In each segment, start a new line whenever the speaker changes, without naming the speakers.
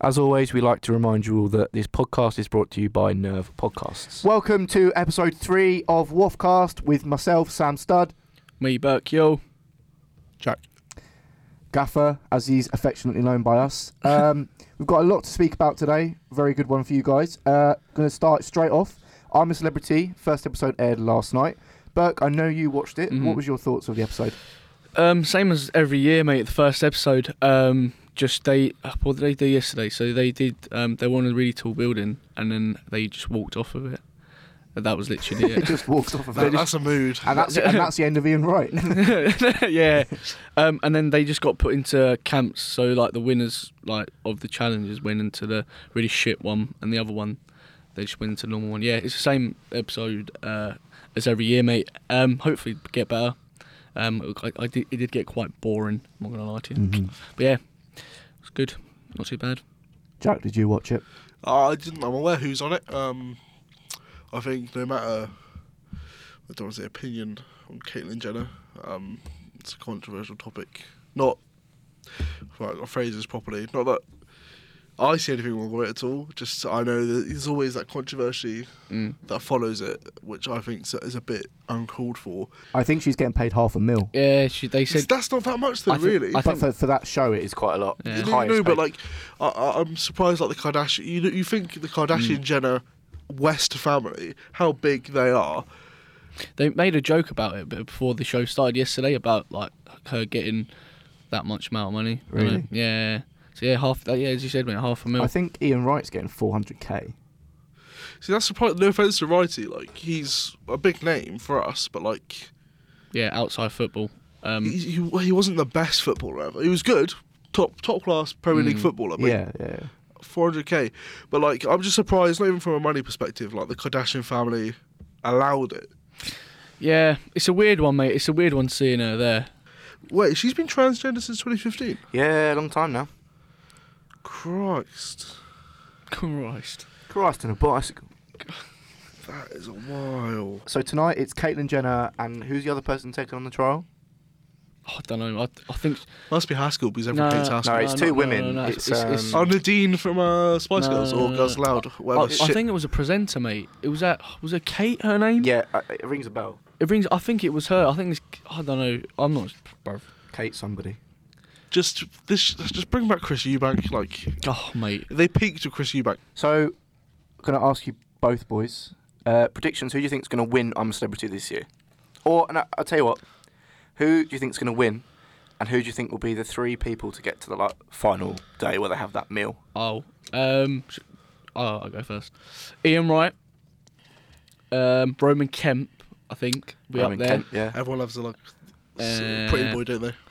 As always, we like to remind you all that this podcast is brought to you by Nerve Podcasts.
Welcome to episode three of Wolfcast with myself, Sam Stud,
Me, Burke, yo. Jack.
Gaffer, as he's affectionately known by us. Um, we've got a lot to speak about today. Very good one for you guys. Uh, Going to start straight off. I'm a Celebrity. First episode aired last night. Burke, I know you watched it.
Mhm.
What was your thoughts of the episode?
Um, same as every year, mate. The first episode. Um, just they. uh, What did they do yesterday? So they did. Um, they were on a really tall building, and then they just walked off of it. And that was literally
it just walked off of
That-
it.
that's a mood.
and, that's, and that's the end of Ian Wright.
it. yeah. Um, and then they just got put into camps. So like the winners, like of the challenges, went into the really shit one, and the other one, they just went into the normal one. Yeah, it's the same episode uh, as every year, mate. Um, hopefully it'll get better. Um, I, I did, it did get quite boring. I'm not gonna lie to you. But yeah, it's good. Not too bad.
Jack, did you watch it?
Uh, I didn't. I'm aware who's on it. Um, I think no matter. I don't want to say opinion on Caitlyn Jenner. Um, it's a controversial topic. Not. Right, I'll phrase this properly. Not that I see anything wrong with it at all. Just I know that there's always that controversy
Mm.
that follows it, which I think is a bit uncalled for.
I think she's getting paid half a mil.
Yeah, she, they said.
that's not that much, though,
I thi-
really.
I
But
think-
for, for that show, it is quite a lot.
Yeah.
You
It's
know-
highest
no, but
paid.
like, I, I, I'm surprised. Like the Kardashian, you know- you think the
Mm.
Kardashian Jenner West family, how big they are.
They made a joke about it but before the show started yesterday about like her getting that much amount of money. you know?
Really?
Yeah. So yeah, half. That, yeah, as you said, mate, half a mil.
I think Ian Wright's getting 400k.
See, that's the point. No offense to Righty, like he's a big name for us, but like
yeah, outside football. Um,
he, he, he wasn't the best footballer ever. He was good, top top class Premier League
Mm.
footballer. but
Yeah, yeah.
400k. But like, I'm just surprised, not even from a money perspective. Like the Kardashian family allowed it.
yeah, it's a weird one, mate. It's a weird one seeing her there.
Wait, she's been transgender since 2015.
Yeah, long time now.
Christ,
Christ.
Christ on a bicycle.
that is a while.
So tonight it's Caitlyn Jenner and who's the other person taking on the trial?
I don't know. I, I think
Must be Haskell because everyone
No,
hates
no,
Haskell.
No, it's
no,
two
no,
women.
no, no,
it's,
it's- it's-
Oh,
um,
Nadine from uh, Spice
No,
Girls
no,
or
Mm. no,
Girls
no.
Loud.
I,
Whatever
I
the shit.
think it was a presenter, mate. It was that. Was it Kate? Her name?
yeah, uh, it rings a bell.
It rings. I think it was her. I think it's. I don't know. I'm not. Bro.
Kate somebody.
Just this. Just bring back Chris Eubank. Like
Oh, mate.
they peaked with Chris Eubank.
So, going to ask you both boys uh, predictions. Who do you think's going to win I'm a Celebrity this year? Or, and I, I'll tell you what, who do you think's going to win? And who do you think will be the three people to get to the like, final day where they have that meal?
Oh. Um. sh- Oh, I'll go first. Ian Wright. Um. Roman Kemp. I think we
Roman
up there.
Kemp, yeah.
Everyone loves the like s-
Uh,
pretty boy, don't they?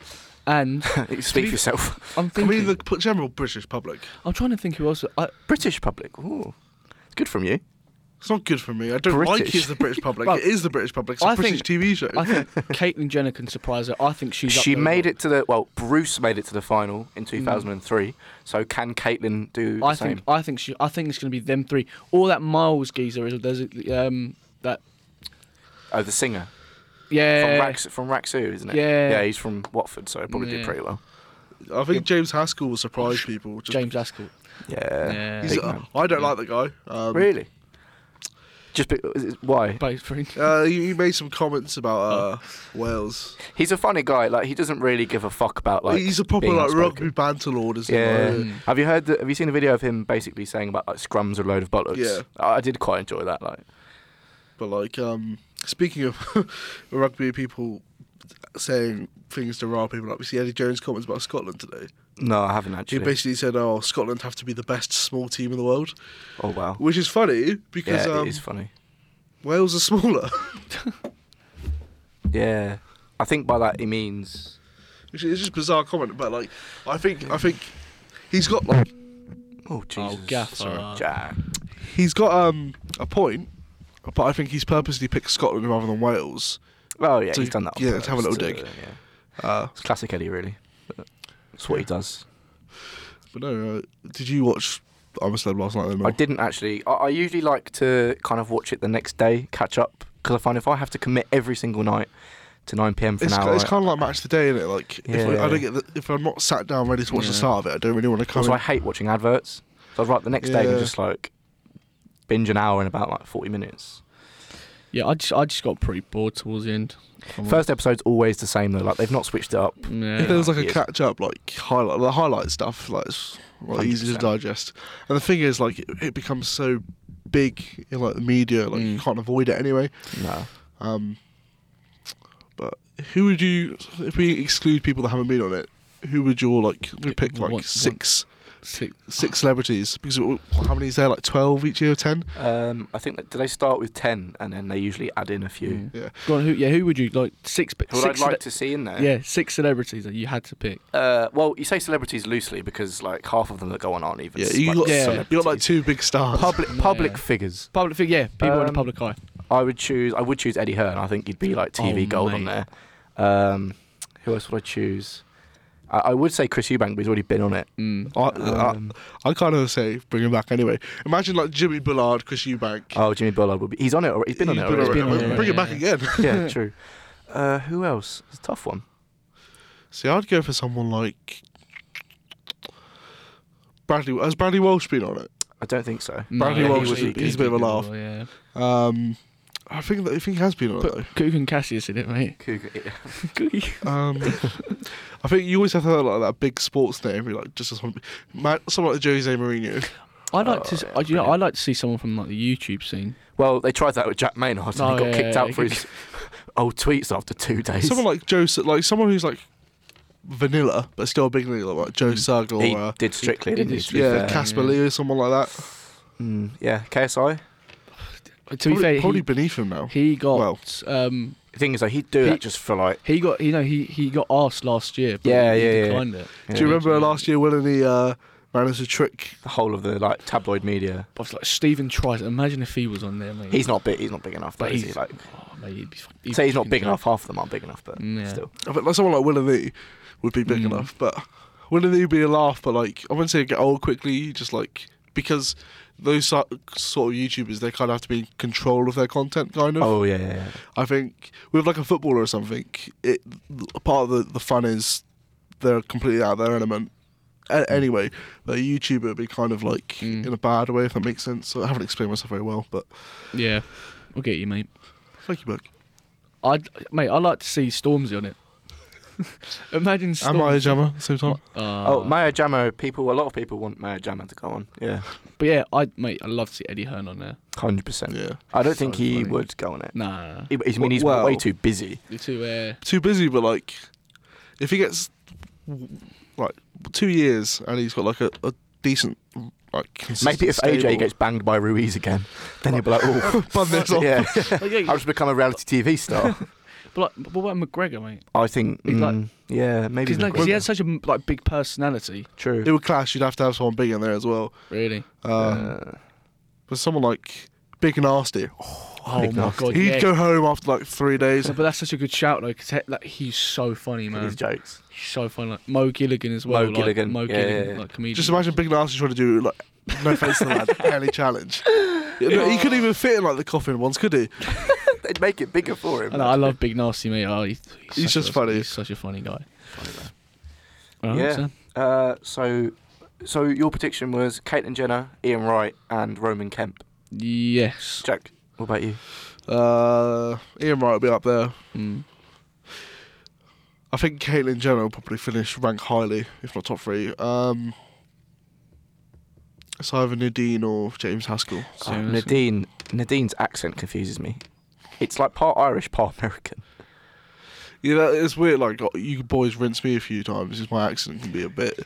And
You Speak
be-
for yourself.
I'm
I
thinking.
mean, the p- general British public.
I'm trying to think who else. I,
British public. Ooh, it's good from you.
It's not good for me. I don't like
British.
it's the British public.
Well,
it is the British public. It's a
I
British
think-
TV show.
I think Caitlyn Jenner can surprise her. I think she's. up
she
there. Hmm.
made it to the well. Bruce made it to the final in 2003. So can Caitlin do the
I
same?
think. I think she. I think it's going to be them three. All that Miles geezer is. There's a, um that.
oh, the singer
Yeah.
from Rax, from Raxu, isn't it?
Yeah.
yeah, he's from Watford, so he'll probably do
Yeah.
pretty well.
I think James Haskell will surprise people. Just,
James Haskell.
Yeah,
Yeah.
he's-
big
uh,
man.
I don't like the guy. Um,
really. Just be, is it- why
Both three.
Uh, he he made some comments about uh, Wales.
he's a funny guy. Like he doesn't really give a fuck about like.
He's a proper
being
like
outspoken.
rugby banter lord, isn't
Yeah.
he? Like,
Mm.
Have you heard? The, have you seen the video of him basically saying about like scrums are a load of bollocks?
Yeah.
I I did quite enjoy that. Like,
But like, um, speaking of rugby people saying things to rile people up, we see Eddie Jones' comments about Scotland today.
no, I haven't
He
actually.
basically said, "Oh, Scotland have to be the best small team in the world,"
oh wow.
which is funny
Yeah,
because um,
it is funny.
Wales are smaller,
Yeah, I think by that he means
which is just a bizarre comment. But like, I think I think he's got like
Oh Jesus!
gaffer.
Sorry, Jack.
he's got um a point, but I think he's purposely picked Scotland rather than Wales.
Well, yeah,
So,
he's done that. on
yeah, let's have a
purpose
little
to-
dig.
yeah.
Uh,
It's classic Eddie, really. That's what he does.
but no, uh, did you watch? I must have last night. Then,
I
Mel?
didn't actually. I, I usually like to kind of watch it the next day, catch up, because I find if I have to commit every single night to 9 p.m. for
It's,
an
ki-
hour.
it's
right?
kind of like match the day, isn't it? Like if I,
Yeah.
I don't get the, if I'm not sat down ready to watch the
Yeah.
start of it, I don't really want to come.
Also, I
in.
hate watching adverts. So I'd write the next day
Yeah.
and just like binge an hour in about like 40 minutes.
Yeah, I just I just got pretty bored towards the end. if I'm
Mm.
First episode's always the same though. Like they've not switched it up.
honest. yeah.
If there was like a
Yeah.
catch up, like highlight, the highlight stuff, like it's like easy to
100%.
digest. And the thing is, like it, it becomes so big in like the media, like you
Mm.
can't avoid it anyway.
No.
Um, but who would you, if we exclude people that haven't been on it, who would you all like? We pick like
One-
six,
Six-
six celebrities because w- how many is there? Like twelve each year, ten.
Um, I think that, do they start with 10 and then they usually add in a few.
Mm.
Yeah.
Go on, who? Yeah, who would you like? Six. pe-
Who I'd
six
like
cele-
to see in there.
Yeah, six celebrities that you had to pick.
Uh, well, you say celebrities loosely because like half of them that go on aren't even.
Yeah, you
like,
got
Yeah.
you got like
celebrities.
two big stars.
public public
Yeah.
figures.
Public figure, yeah, people in the
Um,
public eye.
I would choose. I would choose Eddie Hearn. I think he'd be like TV
Oh,
gold on
mate.
there. Um, who else would I choose? I, I would say Chris Eubank, but he's already been on it.
Mm.
I,
Um,
I, I kind of say bring him back anyway. Imagine like Jimmy Bullard, Chris Eubank.
oh, Jimmy Bullard would be. He's on it. Already. He's been on it.
He's
Already.
been on
already.
it,
Bring him
yeah,
back
yeah.
again.
yeah, true. Uh, who else? It's a tough one.
See, I'd go for someone like Bradley. Has Bradley Walsh been on it?
I don't think so.
Bradley
Walsh
Mm. he
is-
would be
he's
a bit of a laugh.
good, Yeah.
Um, I think that I think he has been on it
Put Coogan Cassius in it, mate.
Cougar-
though. Um, I think you always have to have like that big sports name, be like just as one, Ma- someone like Jose Mourinho.
I'd like
Oh,
to. s
yeah,
I you know,
brilliant.
I'd like to see someone from like the YouTube scene.
Well, they tried that with Jack Maynard and
Oh,
he got
yeah,
kicked
yeah,
out
yeah.
for his old tweets after two days.
Someone like Joseph, like someone who's like vanilla but still a big name, like Joe Sugg or
he
uh,
did strictly,
he
didn't
did
he? to be
yeah
fair?
Casper
yeah.
Lee or someone like that.
Mm, yeah, KSI. Uh,
To
probably,
be fair,
probably
he,
beneath him now.
he got
well.
um,
The thing is, though, he'd do
He-
that just for like.
he got you know he he got asked last year. But
Yeah,
he
yeah, yeah.
declined it.
Do you
yeah,
remember last year winning the uh, Man of the Trick?
the whole of the like tabloid media?
I was like Stephen Trice. Imagine if he was on there, mate.
He's not big. He's not big enough. Though,
But
is he?
he's-
Like,
Oh, mate, he'd be, fuck- he'd
say he's
be
not big
fucking Mm,
enough. Half of them aren't big enough, but
Yeah.
still.
I think like someone like Will and Lee would be big
Mm.
enough, but Will and Lee would be a laugh. But like, I wouldn't say get old quickly. Just like because those so- sort of YouTubers, they kind of have to be in control of their content. Kind of.
Oh yeah, yeah, yeah.
I think with like a footballer or something, it part of the, the fun is they're completely out of their element. A- anyway, but a YouTuber would be kind of like
Mm.
in a bad way, if that makes sense. So I haven't explained myself very well, but
Yeah, I'll get you, mate.
thank you, Buck.
I'd mate. I'd like to see Stormzy on it. Imagine Stormzy.
Am I a jammer? at the Same time.
Uh,
oh, Maya Jamo. People, a lot of people want Maya Jamo to go on. Yeah,
But yeah, I mate, I'd love to see Eddie Hearn on there.
hundred percent.
Yeah.
I don't think
So
he
funny.
would go on it.
Nah, nah, nah.
He- I mean, he's
Well-
way too busy.
you two. Uh,
too busy, but like, if he gets like two years and he's got like a, a decent like consistent,
Maybe if AJ
stable-
gets banged by Ruiz again, then he'll be like, oh,
Bun this off.
yeah,
like, yeah,
I'll just become a reality TV star.
but, like, but what about McGregor, mate?
I think,
He's like-
mm, yeah, maybe.
Because
he's
he
got-
had such a like big personality.
True.
it would clash. You'd have to have someone big in there as well.
Really.
Um,
Uh,
but someone like big and nasty,
Oh
Big
my
nasty.
god.
he'd
yeah.
go home after like three days.
No, but that's such a good shout though, because like, he's so funny, man.
his jokes.
He's so funny. Like Mo Gilligan as
Mo
well.
Gilligan,
Like, Mo
yeah,
Gilligan,
yeah, yeah.
like comedian.
Just imagine big nasty trying to do like no face to the lad, barely challenge. Yeah, no, he couldn't even fit in like the coffin ones, could he?
They'd make it bigger for him.
I, know, I love Big Nasty, mate. Oh, he's,
He's
such
just
a,
funny.
He's such a funny guy. Alright,
Yeah.
so-
Uh, so, so your prediction was Caitlyn Jenner, Ian Wright, and Roman Kemp.
Yes.
Jack, what about you?
Uh, Ian Wright will be up there.
Mm.
I think Caitlyn Jenner will probably finish rank highly, if not top three. Um, it's either Nadine or James Haskell.
So
Oh,
that's-
Nadine. Nadine's accent confuses me. It's like part Irish, part American.
You know, it's weird. Like uh, you boys rinse me a few times. Is my accent can be a bit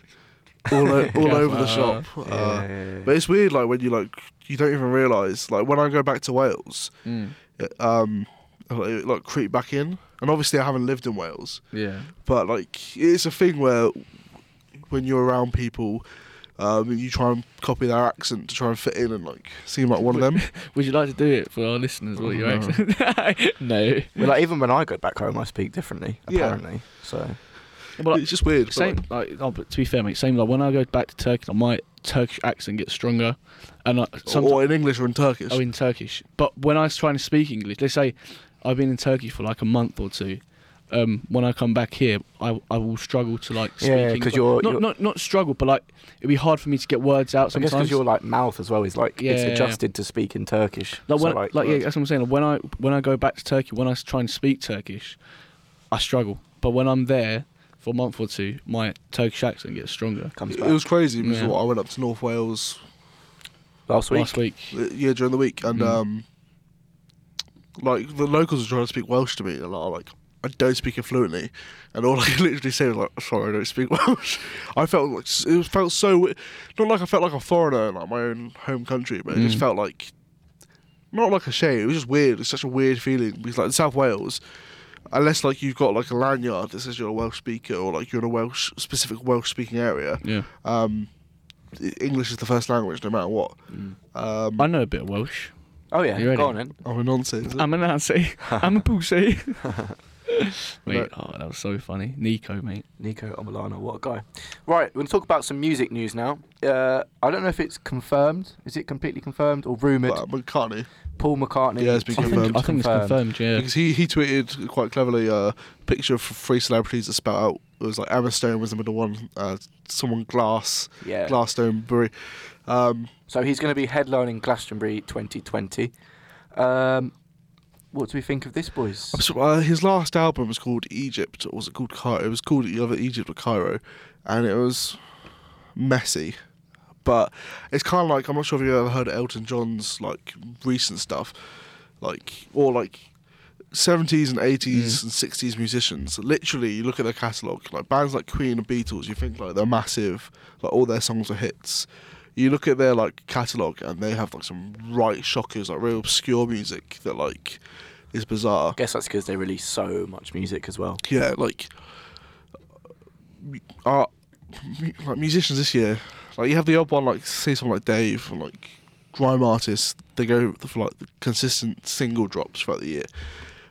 all, o- all
Yeah.
over the
Uh,
shop.
Yeah,
Uh,
yeah, yeah.
but it's weird. Like when you like you don't even realise. Like when I go back to Wales,
Mm.
it, um, it, like creep back in. And obviously I haven't lived in Wales,
Yeah.
but like it's a thing where when you're around people um, you try and copy their accent to try and fit in and like seem like one of them
Would you like to do it for our listeners? What your
No.
accent? no.
Well, like, even when I go back home, I speak differently.
Yeah.
Apparently, so
But like,
it's just weird but,
same.
like,
Like, oh, but to be fair, mate. Same. Like when I go back to Turkey, like, my Turkish accent gets stronger, and like, sometimes
or in English or in Turkish
Oh, in Turkish. But when I was trying to speak English, let's say I've been in Turkey for like a month or two, um, when I come back here, I, I will struggle to like
Yeah, yeah,
speaking.
'cause you're-
not,
you're-
not not struggle, but like it'd be hard for me to get words out
I guess
sometimes.
because your like mouth as well is like
Yeah,
it's
yeah, yeah.
adjusted to speak in Turkish.
like
So,
when, like, yeah,
words-
that's what I'm saying. When I when I go back to Turkey, when I s- try and speak Turkish, I struggle. But when I'm there for a month or two, my Turkish accent gets stronger.
comes
It
back
was crazy because
Yeah.
what, I went up to North Wales
last week.
Last week,
uh, yeah during the week and
Mm.
um like the locals were trying to speak Welsh to me and I like I don't speak it fluently and all I could literally say was like sorry I don't speak Welsh I felt like s- it felt so wi- not like I felt like a foreigner in like my own home country but it just
Mm.
felt like not like a shame it was just weird it's such a weird feeling because like in South Wales unless like you've got like a lanyard that says you're a Welsh speaker or like you're in a Welsh specific Welsh speaking area
yeah,
um e- English is the first language no matter what
Mm.
um,
I know a bit of Welsh.
Oh yeah,
You ready?
go on then.
Oh, a nonsense.
I'm a Nazi. I'm a pussy. Wait,
But-
oh, that was so funny, Nico, mate.
Nico Omolano, what a guy. Right, we're going to talk about some music news now. Uh, I don't know if it's confirmed. Is it completely confirmed or rumoured?
But McCartney,
Paul McCartney.
Yeah, it's been
I
to-
think,
confirmed.
I think it's confirmed. Yeah,
because he, he tweeted quite cleverly uh, a picture of three celebrities that spout out. It was like Emma Stone was the middle one, uh, someone Glass,
Yeah.
Glass Stone Brewery. Um,
So he's going to be headlining Glastonbury 2020. Um, what do we think of this, boys?
I'm sure- uh, his last album was called Egypt, or was it called Cairo? It was called either Egypt or Cairo, and it was messy. But it's kind of like I'm not sure if you've ever heard of Elton John's like recent stuff, like or like 70s and 80s and 60s musicians. Literally, you look at their catalog, like bands like Queen and Beatles. You think like they're massive, like all their songs are hits. You look at their like catalog, and they have like some right shockers, like real obscure music that like is bizarre.
I guess that's because they release so much music as well.
Yeah, like mu- uh, mu- like musicians this year, like you have the odd one, like say someone like Dave or like grime artists, they go for like consistent single drops throughout the year,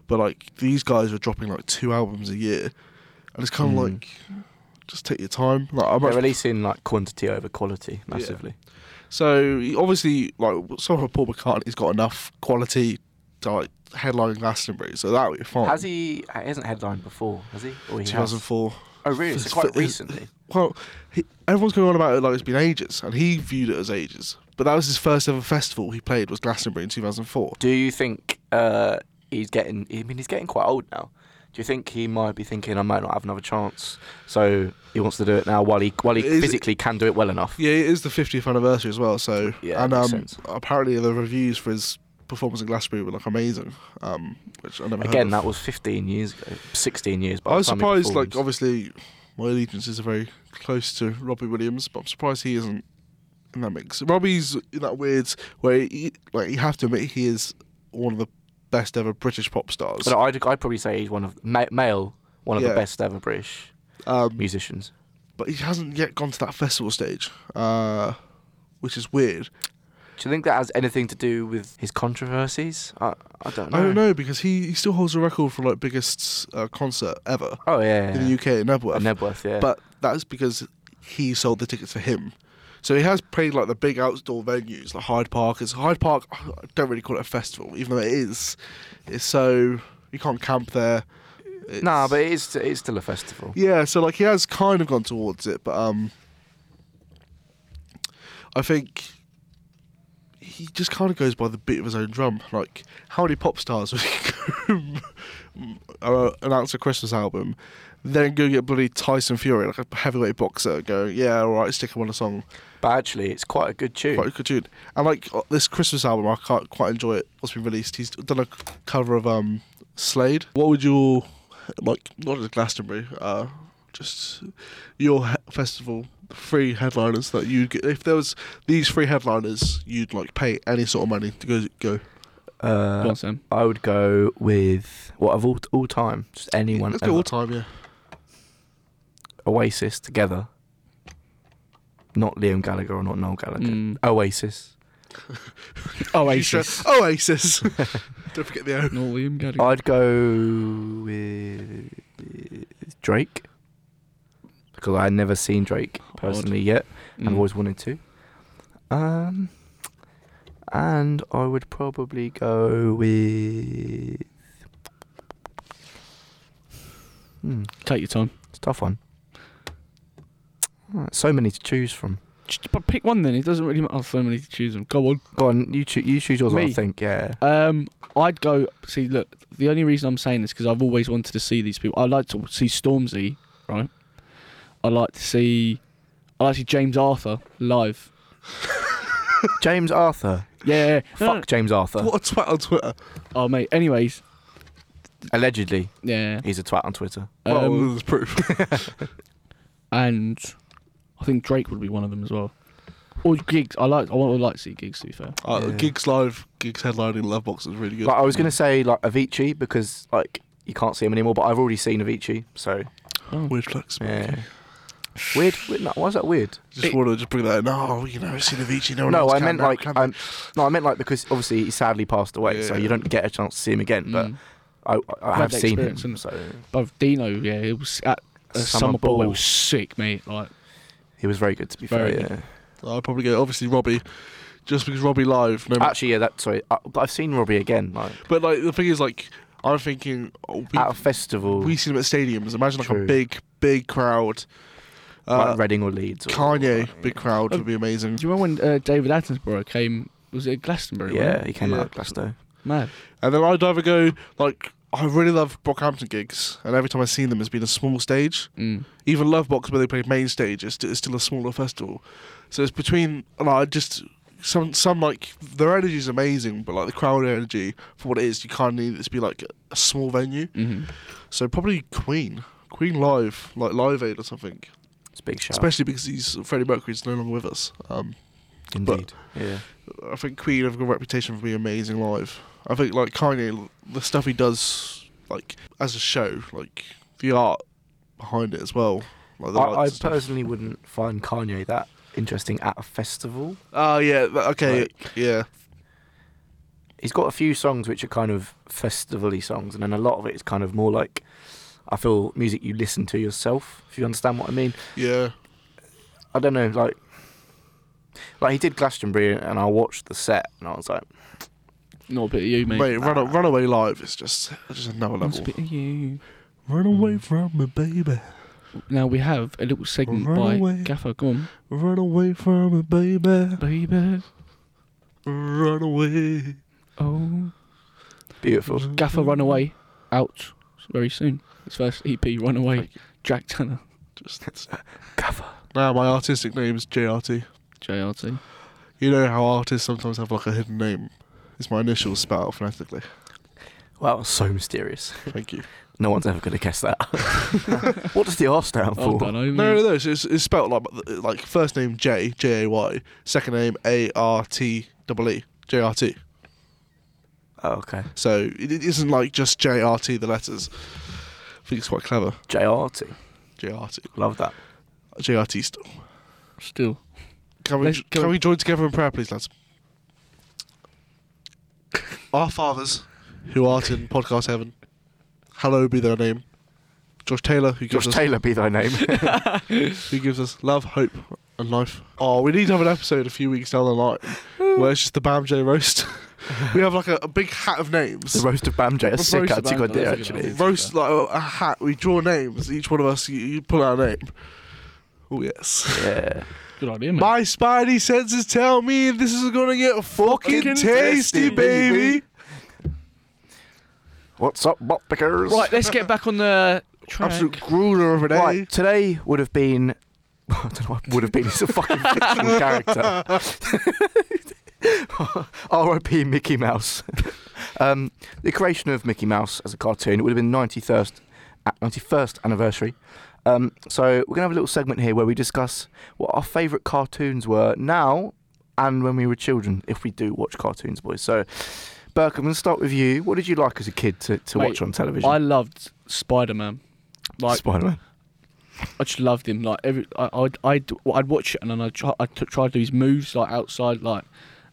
but like these guys are dropping like two albums a year, and it's kind of
Mm.
like just take your time. Like I'm
They're releasing like quantity over quality massively.
so obviously, like someone like Paul McCartney's got enough quality to like headline Glastonbury, so that would be fine.
Has he? He hasn't headlined before, has he? Or he has?
2004.
Oh really? So
It's
quite
fit-
recently.
well, he, everyone's going on about it like it's been ages, and he viewed it as ages. But that was his first ever festival he played was Glastonbury in 2004.
Do you think uh, he's getting? I mean, he's getting quite old now. Do you think he might be thinking I might not have another chance? So he wants to do it now while he while he
Is it-
physically can do it well enough.
Yeah, it is the 50th anniversary as well. So
Yeah,
and
makes
um,
sense.
apparently the reviews for his performance in Glastonbury were like amazing. Um, which I never heard
Again,
of.
that was 15 years ago, 16 years. By
I
the
was
time he
surprised. Like
performs.
obviously, my allegiances are very close to Robbie Williams, but I'm surprised he isn't in that mix. Robbie's in that weird way. He, like you have to admit, he is one of the best ever British pop stars.
but uh, I'd, I'd probably say he's one of ma- male, one of
Yeah.
the best ever British
Um,
musicians.
but he hasn't yet gone to that festival stage, uh, which is weird.
Do you think that has anything to do with his controversies? I, I don't know.
I don't know because he, he still holds a record for like biggest uh, concert ever
Oh yeah,
in the UK in Nebworth.
Nebworth, yeah.
But that's because he sold the tickets for him. So he has played like the big outdoor venues, like Hyde Park. Is Hyde Park? I don't really call it a festival, even though it is. It's so you can't camp there. It's-
nah, but it is it's still a festival.
Yeah, so like he has kind of gone towards it, but um, I think he just kind of goes by the beat of his own drum. Like how many pop stars would uh, announce a Christmas album, then go get bloody Tyson Fury, like a heavyweight boxer, going yeah, all right, stick him on a song,
But actually, it's quite a good tune.
quite a good tune. And like uh, this Christmas album, I can't quite enjoy it. What's been released? He's done a c- cover of um Slade. What would your like not just Glastonbury, uh, just your he- festival three headliners that you'd get if there was these three headliners you'd like pay any sort of money to go go.
Uh,
Go on, Sam.
I would go with what of all all time, just anyone.
Let's
ever.
go all time, yeah.
Oasis together. Not Liam Gallagher or not Noel Gallagher.
Mm. Oh,
Oasis.
Oasis.
Oh, Oasis. Don't forget the O.
No, Liam Gallagher.
I'd go with Drake because I had never seen Drake personally yet, and
Mm.
I've always wanted to. Um, and I would probably go with. Hmm,
Take your time.
it's a tough one. Alright, so many to choose from.
Just- But pick one then. It doesn't really matter. Oh, so many to choose them. Go on.
Go on, you, choo- you choose yours. I
Me?
think. Yeah.
Um, I'd go. See, look. The only reason I'm saying this because I've always wanted to see these people. I like to see Stormzy, right? I like to see. I like to see James Arthur live.
James Arthur.
Yeah. No, no,
Fuck James Arthur.
What a twat on Twitter.
no. Oh mate. Anyways.
Allegedly,
Yeah.
he's a twat on Twitter.
well,
Um,
there's proof.
and I think Drake would be one of them as well. Or gigs. I like. I would like to see gigs. To be fair.
Uh,
Yeah.
Gigs live, gigs headlining Love Box is really good.
Like I was gonna say like Avicii because like you can't see him anymore, but I've already seen Avicii, so
Oh.
Weird flex. man.
yeah. Weird. weird no, why is that weird?
Just
It-
want to just bring that in. Oh, you know, see the Vici. No, one
no,
else
I
can,
meant
now,
like
can
I'm, no, I meant like because obviously he sadly passed away, so
Yeah.
you don't get a chance to see him again. But
Mm.
I, I, I
Had
have
that
seen him.
experience, and-
So
Both Dino, yeah, it was at uh,
Summer
Summer, Ball.
Ball.
It was sick, mate. Like,
he was very good to be
Very
fair.
good.
Yeah.
I'll probably go. Obviously, Robbie, just because Robbie live. No, matter-
Actually, yeah, that's sorry. I, but I've seen Robbie again, like
but like the thing is, like I'm thinking, oh,
at a
we,
festival,
we seen him at stadiums. Imagine like
True.
a big, big crowd. Uh,
like Reading or Leeds. Or,
Kanye,
like,
big crowd would be
do
amazing.
you remember when uh, David Attenborough came? Was it Glastonbury?
Yeah,
wasn't
he came
Yeah.
out of Glasgow.
it? mad.
And then I'd either go like I really love Brockhampton gigs, and every time I've seen them, has been a small stage.
Mm.
even Lovebox, where they play main stage, is, st- is still a smaller festival. So it's between like just some some like their energy is amazing, but like the crowd energy for what it is, you kind of need it to be like a small venue.
hmm
So probably Queen, Queen live, like Live Aid or something.
It's a big shout.
Especially because he's Freddie Mercury's no longer with us. Um,
Indeed. yeah.
I think Queen have got a reputation for being amazing live. I think like Kanye, the stuff he does like as a show, like the art behind it as well. Like the
I, I
lights and stuff.
personally wouldn't find Kanye that interesting at a festival.
Oh yeah, th- okay, yeah.
He's got a few songs which are kind of festival-y songs, and then a lot of it is kind of more like I feel music you listen to yourself. If you understand what I mean,
Yeah.
I don't know, like like he did Glastonbury, and I watched the set, and I was like,
Not a bit of you, mate.
Mate, run, Runaway Live is just just another
Not a
level.
bit of you.
Run away from me, baby.
Now we have a little segment
Run
by
away.
Gaffer. Go on,
Run away from me, baby.
baby.
Run away.
Oh,
beautiful.
Mm-hmm.
Gaffer, run away. Out very soon. His first EP, run away. Jack Tanner,
Just cover. Now my artistic name is JRT.
JRT.
You know how artists sometimes have like a hidden name. It's my initials spelled out phonetically.
Wow, so mysterious.
Thank you.
No one's ever going to guess that. what does the R stand
Oh,
for?
I know,
No,
mate.
no, no. It's, it's, it's spelled like like first name J J A Y, second name A R T double E J R T.
oh, okay,
So it, it isn't like just J R T the letters. I think it's quite clever.
JRT.
JRT.
Love that.
JRT still.
Still.
Can we,
Let's go.
can we join together in prayer, please, lads? Our fathers, who art in podcast heaven, hallowed be their name. Josh Taylor, who gives
Josh
us
Taylor be thy name.
who gives us love, hope, and life. Oh, we need to have an episode a few weeks down the line where it's just the Bam J roast. we have like a, a big hat of
the
names.
roast of Bam J. That's
The
sick.
roast of
That's a good
Bam J,
idea,
that's a good
actually.
idea.
Roast like a, a hat. We draw names. Each one of us, you, you pull out a name. Oh yes.
Yeah.
Good idea, mate.
My spidey senses tell me this is gonna get fucking
Fucking
tasty,
tasty,
baby.
baby. What's up, bot pickers?
Right, let's get back on the track.
Absolute grueler of an
Right,
A.
today would have been. I don't know what would have been. He's a fucking fictional character. R.I.P. Mickey Mouse. um, the creation of Mickey Mouse as a cartoon. It would have been 91st, a- 91st anniversary. Um, so we're gonna have a little segment here where we discuss what our favourite cartoons were now and when we were children, if we do watch cartoons, boys. So, Burke, I'm gonna start with you. What did you like as a kid to, to
Mate,
watch on television?
I loved Spider Man. Like
Spider-Man.
I just loved him. Like every, I, I'd, I'd, I'd watch it and then I'd try, I'd t- try to do his moves like outside, like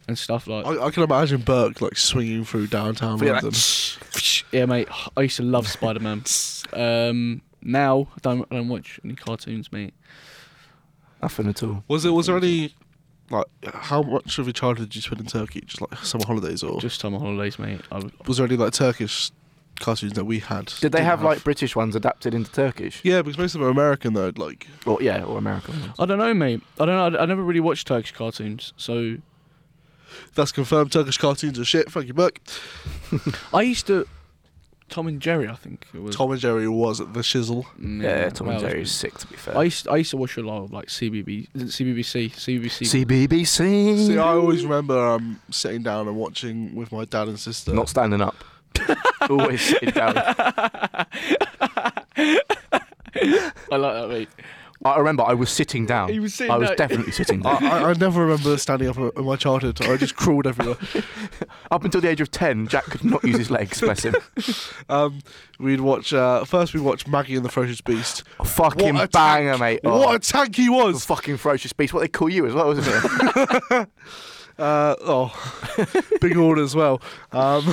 and stuff like.
Oh,
I, I can imagine Burke like swinging through downtown
Yeah, like,
London.
yeah, mate. I used to love Spider Man. um, now I don't, I don't watch any cartoons, mate.
Nothing at all.
Was there was there any like how much of your childhood did you spend in Turkey? Just like summer holidays or
Just summer holidays, mate. I, would-
was there any like Turkish cartoons that we had.
Did they
didn't
have, like British ones adapted into Turkish?
Yeah, because most of them are American though. Like,
Or yeah, or American ones.
I don't know, mate. I don't know. I, I never really watched Turkish cartoons, so
that's confirmed. Turkish cartoons are shit. Thank you, Buck.
I used to. Tom and Jerry, I think it was.
Tom and Jerry was the shizzle.
Mm,
Yeah, Tom and
that was
Jerry is
me.
sick to be fair.
I used, I used to watch a lot of like CBB, CBBC, CBBC.
CBBC.
See, I
Mm.
always remember um, sitting down and watching with my dad and sister.
not standing up. always sitting down.
I like that, mate.
I remember I was sitting down.
He was sitting
I was
down.
definitely sitting down.
I, I, I never remember standing up in my childhood. I just crawled everywhere.
Up until the age of ten, Jack could not use his legs. Bless him.
Um, we'd watch uh, first. We watched Maggie and the Ferocious Beast.
fucking
What a
banger, mate. Oh,
What a tank he
the
was!
fucking ferocious beast. What they call you as well, isn't it?
Uh, oh, big order as well. Um,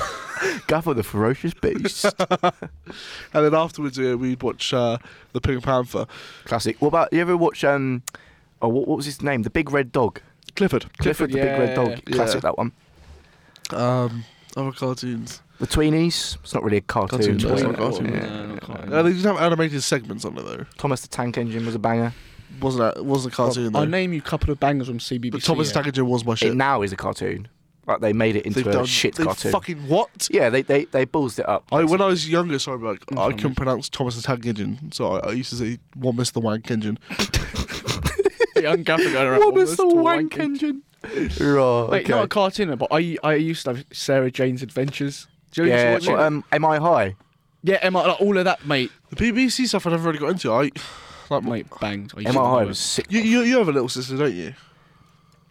Gaffer the ferocious beast.
and then afterwards, uh, we'd watch uh, the Pink Panther.
Classic. What about you ever watch um? Oh, what, what was his name? The big red dog.
Clifford.
Clifford, the big red
yeah.
dog.
Yeah.
Classic that one.
Um, other cartoons.
The Tweenies. It's not really a cartoon.
Cartoon,
but
no,
it's
not
like-
cartoon.
yeah.
No, not cartoon.
Uh, they didn't have animated segments on it though.
Thomas the Tank Engine was a banger.
Wasn't that? Wasn't a cartoon
I'll
though.
name you a couple of bangers from CBBC.
but Thomas
yeah.
the Tank Engine was my
It
shit.
now is a cartoon. Like they made it into a shit
they
cartoon.
Fucking what?
Yeah, they they they ballsed it up.
I, when I was younger, sorry, but like, I
sorry.
couldn't pronounce Thomas the Tank Engine, so I, I used to say one Mister Wank Engine.
The young gaffer going around.
What was
"Almost
the
to
wank
wanking."
engine? Right,
Wait,
okay.
not a cartoon, but I I used to have Sarah Jane's Adventures. Do you
yeah,
used to watch
well,
it?
um, am I high?
yeah, Emma, like, all of that, mate.
The BBC stuff I never really got into. I like my,
Mate, banged. I used
Am
to
I high
love
was
it.
sick.
you, you you have a little sister, don't you?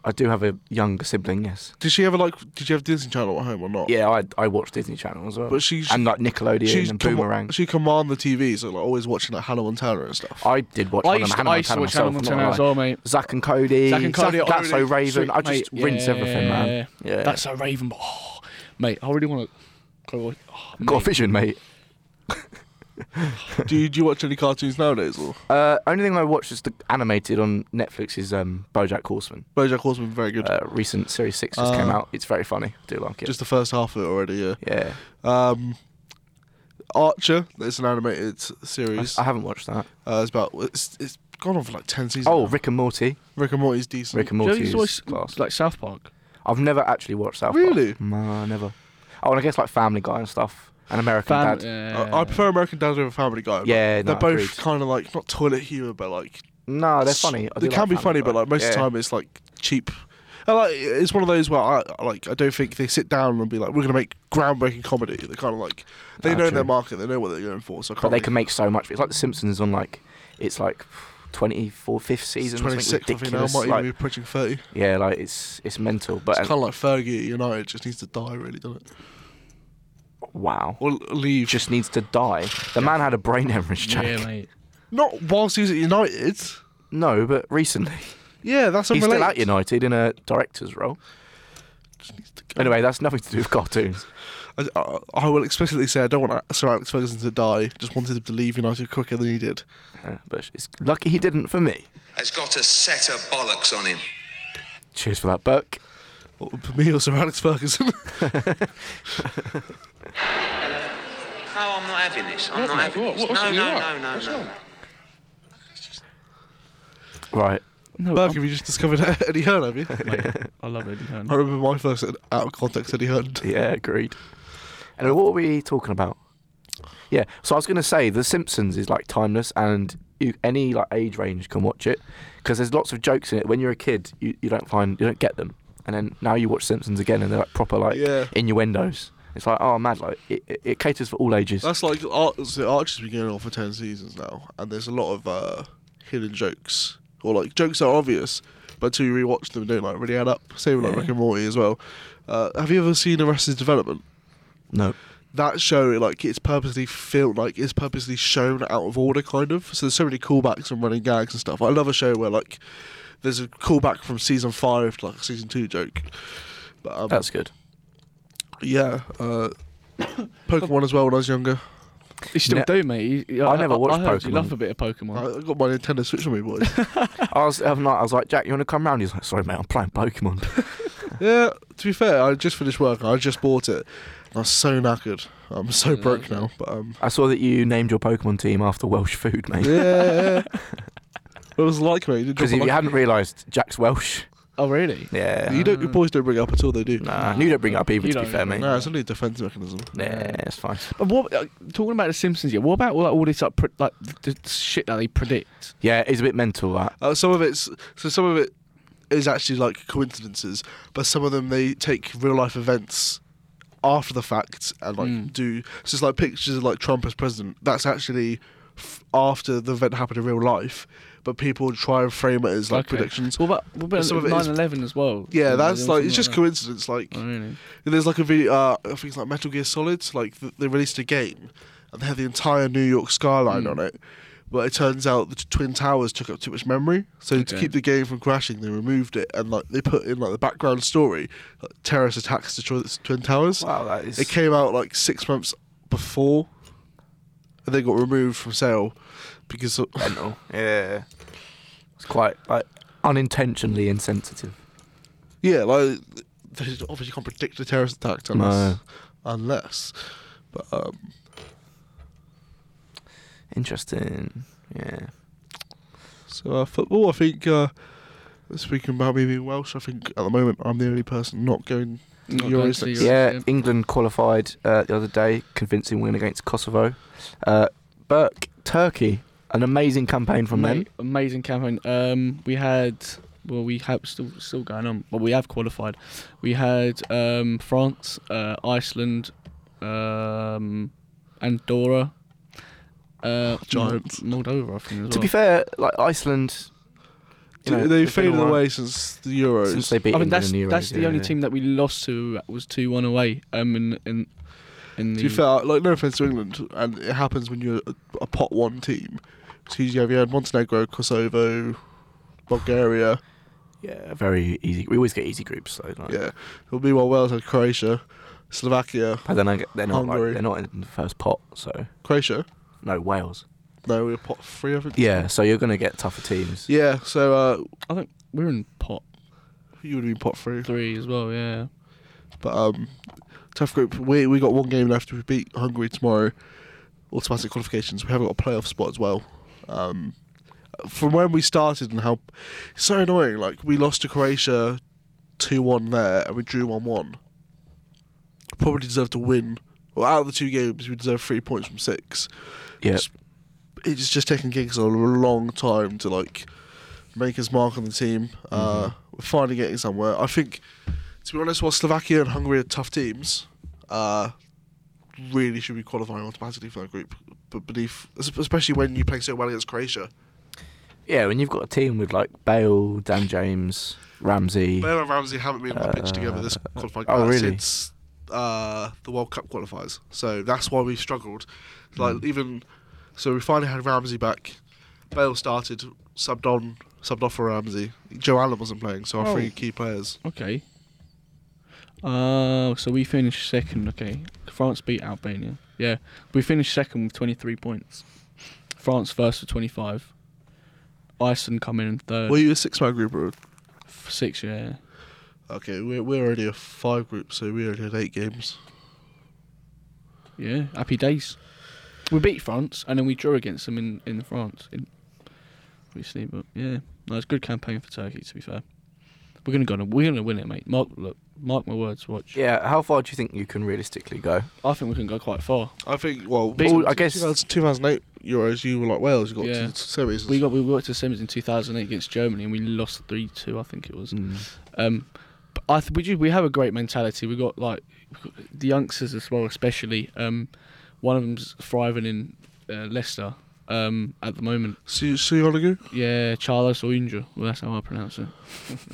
I do have a younger sibling. Yes.
Did she ever like? Did you have Disney Channel at home or not?
Yeah, I I watch Disney Channel as well.
but she
and like Nickelodeon
she's
and
com-
Boomerang.
she command the TV, so like always watching like Hannah Montana and stuff.
I did watch
I
Hannah
used,
Montana.
I used to watch Hannah
myself, I'm not
Montana
gonna
as
lie.
well, mate.
Zack and Cody.
Zack and Cody.
That's so
I really-
Raven.
Sweet,
I just
mate,
rinse everything, man. Yeah.
That's so Raven, but oh, mate, I really want to. Oh,
got a
mate.
vision, mate.
do, you, do you watch any cartoons nowadays? Or
Uh, only thing I watched is the animated on Netflix is um, BoJack Horseman.
BoJack Horseman very good.
Uh, recent series six just came
Uh,
out. It's very funny. I do like it.
Just the first half of it already. Yeah.
yeah,
Um, Archer. It's an animated
I,
series.
I haven't watched that.
uh, it's about it's, it's gone on for like ten seasons.
Oh,
now.
Rick and Morty.
Rick and Morty's decent.
Rick and
Do you
Morty
used
is
to watch,
class.
like South Park?
I've never actually watched South Park.
Really?
No, never. Oh, and I guess like Family Guy and stuff, and American
Fam-
Dad.
I, I prefer American Dad over Family Guy. but
Uh, Yeah,
they're
no, agreed.
both kind of like not toilet humor, but like
No, they're funny. I
They
do
can
like
be
Family
funny,
Guy.
but like most of the
Yeah.
time, it's like cheap. And, like, it's one of those where I I, like I don't think they sit down and be like, "We're going to make groundbreaking comedy." They kind of like they
Nah,
know
Ah, true.
their market, they know what they're going for. So I
but
can't
they can make so much. It's like The Simpsons on like it's like 24, fifth season.
twenty six. I think now
ridiculous.
might
like,
even be approaching thirty.
yeah, like it's it's mental. But um,
it's kind of like Fergie at United just needs to die, really, doesn't it?
wow,
Or leave.
just needs to die. The man had a brain hemorrhage, Jack.
Yeah, mate.
not whilst he was at United.
No, but recently
Yeah, that's
he's
unrelated.
still at United in a director's role.
Just needs to go.
Anyway, that's nothing to do with cartoons.
I, I, I will explicitly say I don't want Sir Alex Ferguson to die. Just wanted him to leave United quicker than he did.
Uh, but it's lucky he didn't for me.
has got a set of bollocks on him.
Cheers for that, Burke.
Or for me or Sir Alex Ferguson.
No, I'm not having this. I'm not having this. no, no, no, no, no,
Right.
No,
Burke, have you just discovered Eddie Hearn, have you?
mate, I love Eddie Hearn.
I remember my first out of context Eddie Hearn.
Yeah, agreed. And what were we talking about? Yeah, so I was going to say The Simpsons is like timeless, and you, any like age range can watch it because there's lots of jokes in it. When you're a kid, you, you don't find you don't get them, and then now you watch Simpsons again, and they're like proper like
Yeah.
innuendos. It's like oh mad, like it, it, it caters for all ages.
That's like Ar- so Archer's been going on for ten seasons now, and there's a lot of uh, hidden jokes or like jokes that are obvious, but until you rewatch them, they don't like really add up. Same with like
Yeah.
Rick and Morty as well. Uh, have you ever seen Arrested Development?
no,
That show, like, it's purposely filled, like, it's purposely shown out of order, kind of. So there's so many callbacks and running gags and stuff. I love a show where like there's a callback from season five to like a season two joke. But, um,
that's good.
Yeah, uh, Pokemon as well when I was younger.
You still
Ne-
do, mate. You-
I never watched
I heard You
Pokemon.
love a bit of
I
Pokemon.
I got my Nintendo Switch on me, boys.
I was the other night, I was like Jack, you want to come round? He's like, sorry mate, I'm playing Pokemon.
yeah, to be fair, I just finished work. I just bought it, I was so knackered. I'm so broke now, but um,
I saw that you named your Pokemon team after Welsh food, mate.
yeah. what was it like, mate? You didn't
Because if
drop a
you
like-
hadn't realised, Jack's Welsh.
Oh really?
Yeah.
you don't. Your boys don't bring it up at all. They do.
Mm. Nah, you don't bring it up even
You
to be
don't
fair, mate.
No, it's only a defense mechanism.
Yeah, it's fine.
But what uh, talking about the Simpsons? Yeah. What about all, that- all this like, pre- like the the shit that they predict?
Yeah, it's a bit mental that.
Uh, some of it's so some of it is actually like coincidences, but some of them they take real life events after the fact and like
Mm.
do. So it's like pictures of like Trump as president. That's actually f- after the event happened in real life, but people try and frame it as like
Okay.
predictions.
What about what about
Some of it is-
9/11 as well?
Yeah,
Something
that's like
something
it's just
that.
coincidence. Like
Oh, really?
there's like a video. Uh, I think it's like Metal Gear Solid. Like th- they released a game and they had the entire New York skyline
Mm.
on it. But it turns out the t- twin towers took up too much memory, so to
Okay.
keep the game from crashing, they removed it and like they put in like the background story, like, terrorist attacks destroy the s- twin towers.
Wow, that is.
It came out like six months before, and they got removed from sale because of-
mental. Yeah. It's quite like unintentionally insensitive.
yeah, like they obviously can't predict a terrorist attack unless unless. But um,
Interesting. Yeah.
So uh, football, I think. Uh, speaking about me being Welsh, I think at the moment I'm the only person not going.
Not
Euros
going to the
next-
Euros,
Yeah, England qualified uh, the other day, convincing win against Kosovo. Uh, Burke, Turkey, an amazing campaign from
Mate, Amazing campaign. Um, we had well, we have still still going on, but we have qualified. We had um, France, uh, Iceland, um, Andorra, uh,
Giants.
Mold- Moldova. I think as
them.
well.
Oh, To be fair, like Iceland, you know,
they
they've been
faded
all right
away since the Euros.
since they beat
I mean
England
that's
in the Euros.
that's the
yeah,
only
yeah.
team that we lost to that was two one away. Um, in in in the
to be fair, like no offense to England, and it happens when you're a, a pot one team. So you have you had Montenegro, Kosovo, Bulgaria.
Yeah, very easy. We always get easy groups though. Like,
Yeah, it'll be while Wales had Croatia, Slovakia,
but then I get, they're not
Hungary.
like, they're not in the first pot, so
Croatia.
no Wales.
No, we were pot three, I think.
Yeah, so you're gonna get tougher teams.
Yeah. So uh,
I think we're in pot
you would have been pot three,
three as well. Yeah.
but um, tough group. We we got one game left. We beat Hungary tomorrow. automatic qualifications. We haven't got a playoff spot as well. Um, from when we started and how it's so annoying. Like we lost to Croatia two one there, and we drew one one. Probably deserved to win. Well, out of the two games, we deserve three points from six.
Yeah,
Just- It's just taking gigs a long time to like make his mark on the team. Uh, we're finally getting somewhere. I think, to be honest, while Slovakia and Hungary are tough teams, uh, really should be qualifying automatically for that group. But beneath, especially when you play so well against Croatia,
yeah. When you've got a team with like Bale, Dan James, Ramsey,
Bale and Ramsey haven't been on the pitch together this qualifying
oh,
round
really?
since uh, the World Cup qualifiers. So that's why we've struggled. Like
Hmm.
even so, we finally had Ramsey back. Bale started, subbed on, subbed off for Ramsey. Joe Allen wasn't playing, so our
Oh.
three key players.
Okay. Uh, so we finished second. Okay, France beat Albania. Yeah, we finished second with twenty three points. France first with twenty five. Iceland come in third.
Were you a six-man group or?
f- six. Yeah.
Okay, we're we're already a five group, so we already had eight games.
Yeah. Happy days. We beat France and then we drew against them in in France. In, obviously, but yeah, no, it's a good campaign for Turkey. To be fair, we're gonna go. We're gonna win it, mate. Mark, look, mark my words. Watch.
Yeah, how far do you think you can realistically go?
I think we can go quite far.
I think. Well,
Big-
well,
I guess-
2000 2008 Euros, you were like Wales. You got
Yeah.
two series.
We got we got to the semis in 2008 against Germany and we lost three two I think it was.
Mm.
Um, but I th- we do, we have a great mentality. We got like we've got the youngsters as well, especially. Um, one of them's thriving in uh, Leicester um, at the moment.
Su- Suoligu?
Yeah, Charles Soyuncu. Well, that's how I pronounce it.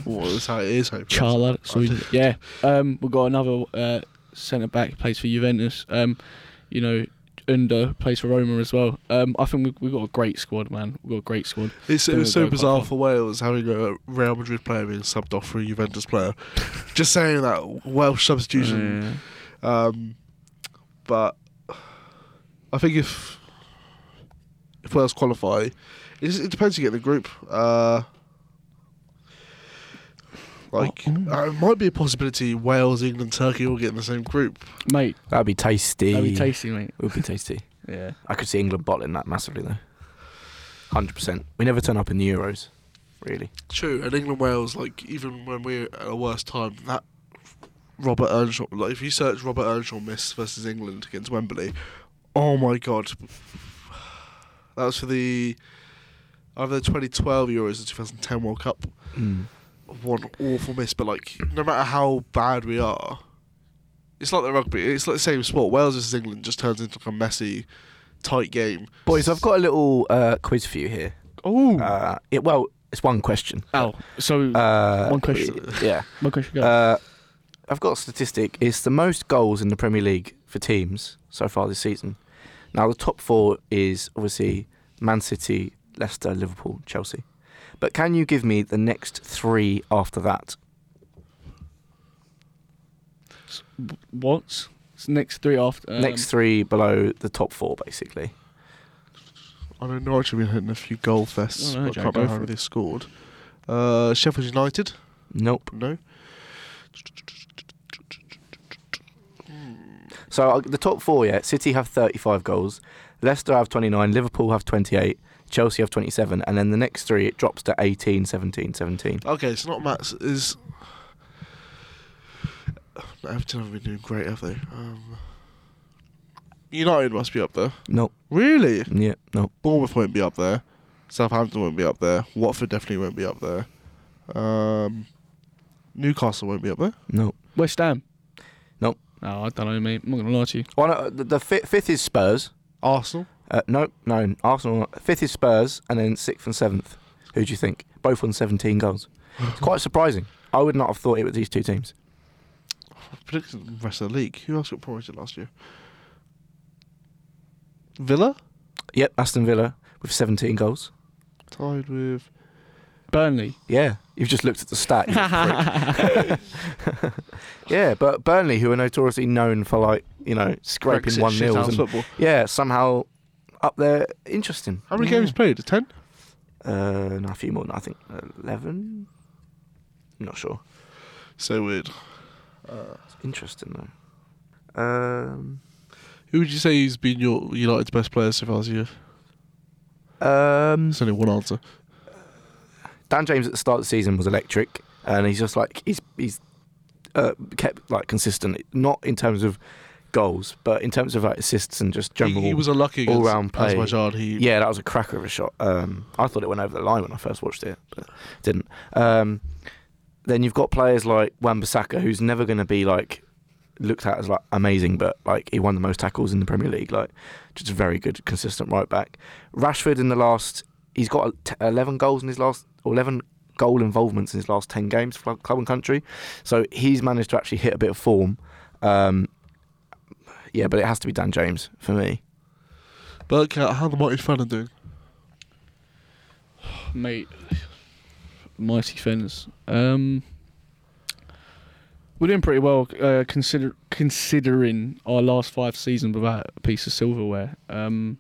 Well, that's how it is. How you pronounce
Charles
it.
Soyuncu. Yeah. Um, we got another uh, centre back plays for Juventus. Um, you know. Under plays for Roma as well. Um, I think we we got a great squad, man. We have got a great squad.
It's, it
Don't
was so
go
bizarre
quite
for Wales having a Real Madrid player being subbed off for a Juventus player. Just saying that Welsh substitution.
Yeah.
Um, but I think if if Wales qualify, it, it depends to get in the group. Uh, Like, uh, it might be a possibility Wales, England, Turkey all get in the same group.
mate.
That'd be tasty.
That'd be tasty, mate.
It would be tasty.
Yeah.
I could see England bottling that massively though. Hundred percent. We never turn up in the Euros, really.
True, and England, Wales, like, even when we're at our worst time, that Robert Earnshaw, like, if you search Robert Earnshaw miss versus England against Wembley, oh my god. That was for the either the 2012 Euros or 2010 World Cup.
Hmm.
one awful miss, but like no matter how bad we are, it's like the rugby. It's like the same sport. Wales versus England just turns into like a messy, tight game.
Boys, I've got a little uh, quiz for you here.
Oh.
Uh, it, well, it's one question.
Ow. So
Uh,
one question.
Yeah.
One question. Go.
Uh, I've got a statistic. It's the most goals in the Premier League for teams so far this season. Now, the top four is obviously Man City, Leicester, Liverpool, Chelsea. But can you give me the next three after that?
what? It's next three after. um,
next three below the top four, basically.
I know Norwich have been hitting a few goal fests.
Oh, no,
but I
Jack,
can't
go
remember
for
how
it.
they scored. Uh, Sheffield United,
Nope.
no.
So uh, the top four, yeah, City have 35 goals, Leicester have 29, Liverpool have 28, Chelsea have 27, and then the next three it drops to 18, 17, 17.
Okay, it's not Matt's. Is Everton haven't been doing great, have they? Um, United must be up there.
Nope.
Really?
Yeah, nope.
Bournemouth won't be up there. Southampton won't be up there. Watford definitely won't be up there. Um, Newcastle won't be up there.
Nope.
West Ham.
Nope.
Oh, I don't know, mate. I'm not gonna lie to you.
Well, no, the, the fi- fifth is Spurs.
Arsenal.
Uh, no, no, Arsenal. Fifth is Spurs, and then sixth and seventh. Who do you think? Both on 17 goals. It's quite surprising. I would not have thought it was these two teams.
Predicting the rest of the league. Who else got promoted last year? Villa
Yep, Aston Villa with 17 goals.
tied with.
Burnley.
Yeah, you've just looked at the stat. you prick. yeah, but Burnley, who are notoriously known for like you know scraping
Brexit
one
shit-house
nils, and
football.
yeah, somehow up there. Interesting.
How many
Yeah.
games played? Ten.
Uh, no, a few more. than- I think 11. I'm not sure.
So weird.
It's interesting though. Um.
Who would you say has been your United's best player so far this year?
Um,
There's only one answer.
Dan James at the start of the season was electric, and he's just like he's he's uh, kept like consistent, not in terms of goals, but in terms of like assists and just
He,
general.
he was unlucky against
all-round play.
As Wajard, he
yeah, that was a cracker of a shot. Um, I thought it went over the line when I first watched it, but it didn't. Um, then you've got players like Wan-Bissaka, who's never going to be like looked at as like amazing, but like he won the most tackles in the Premier League. Like just a very good, consistent right back. Rashford in the last, he's got t- eleven goals in his last or eleven goal involvements in his last ten games for club and country. So he's managed to actually hit a bit of form. Um, yeah, but it has to be Dan James for me.
Burkett, how the mighty Fannin doing?
Mate. Mighty Fenners. Um We're doing pretty well uh, consider considering our last five seasons without a piece of silverware. Um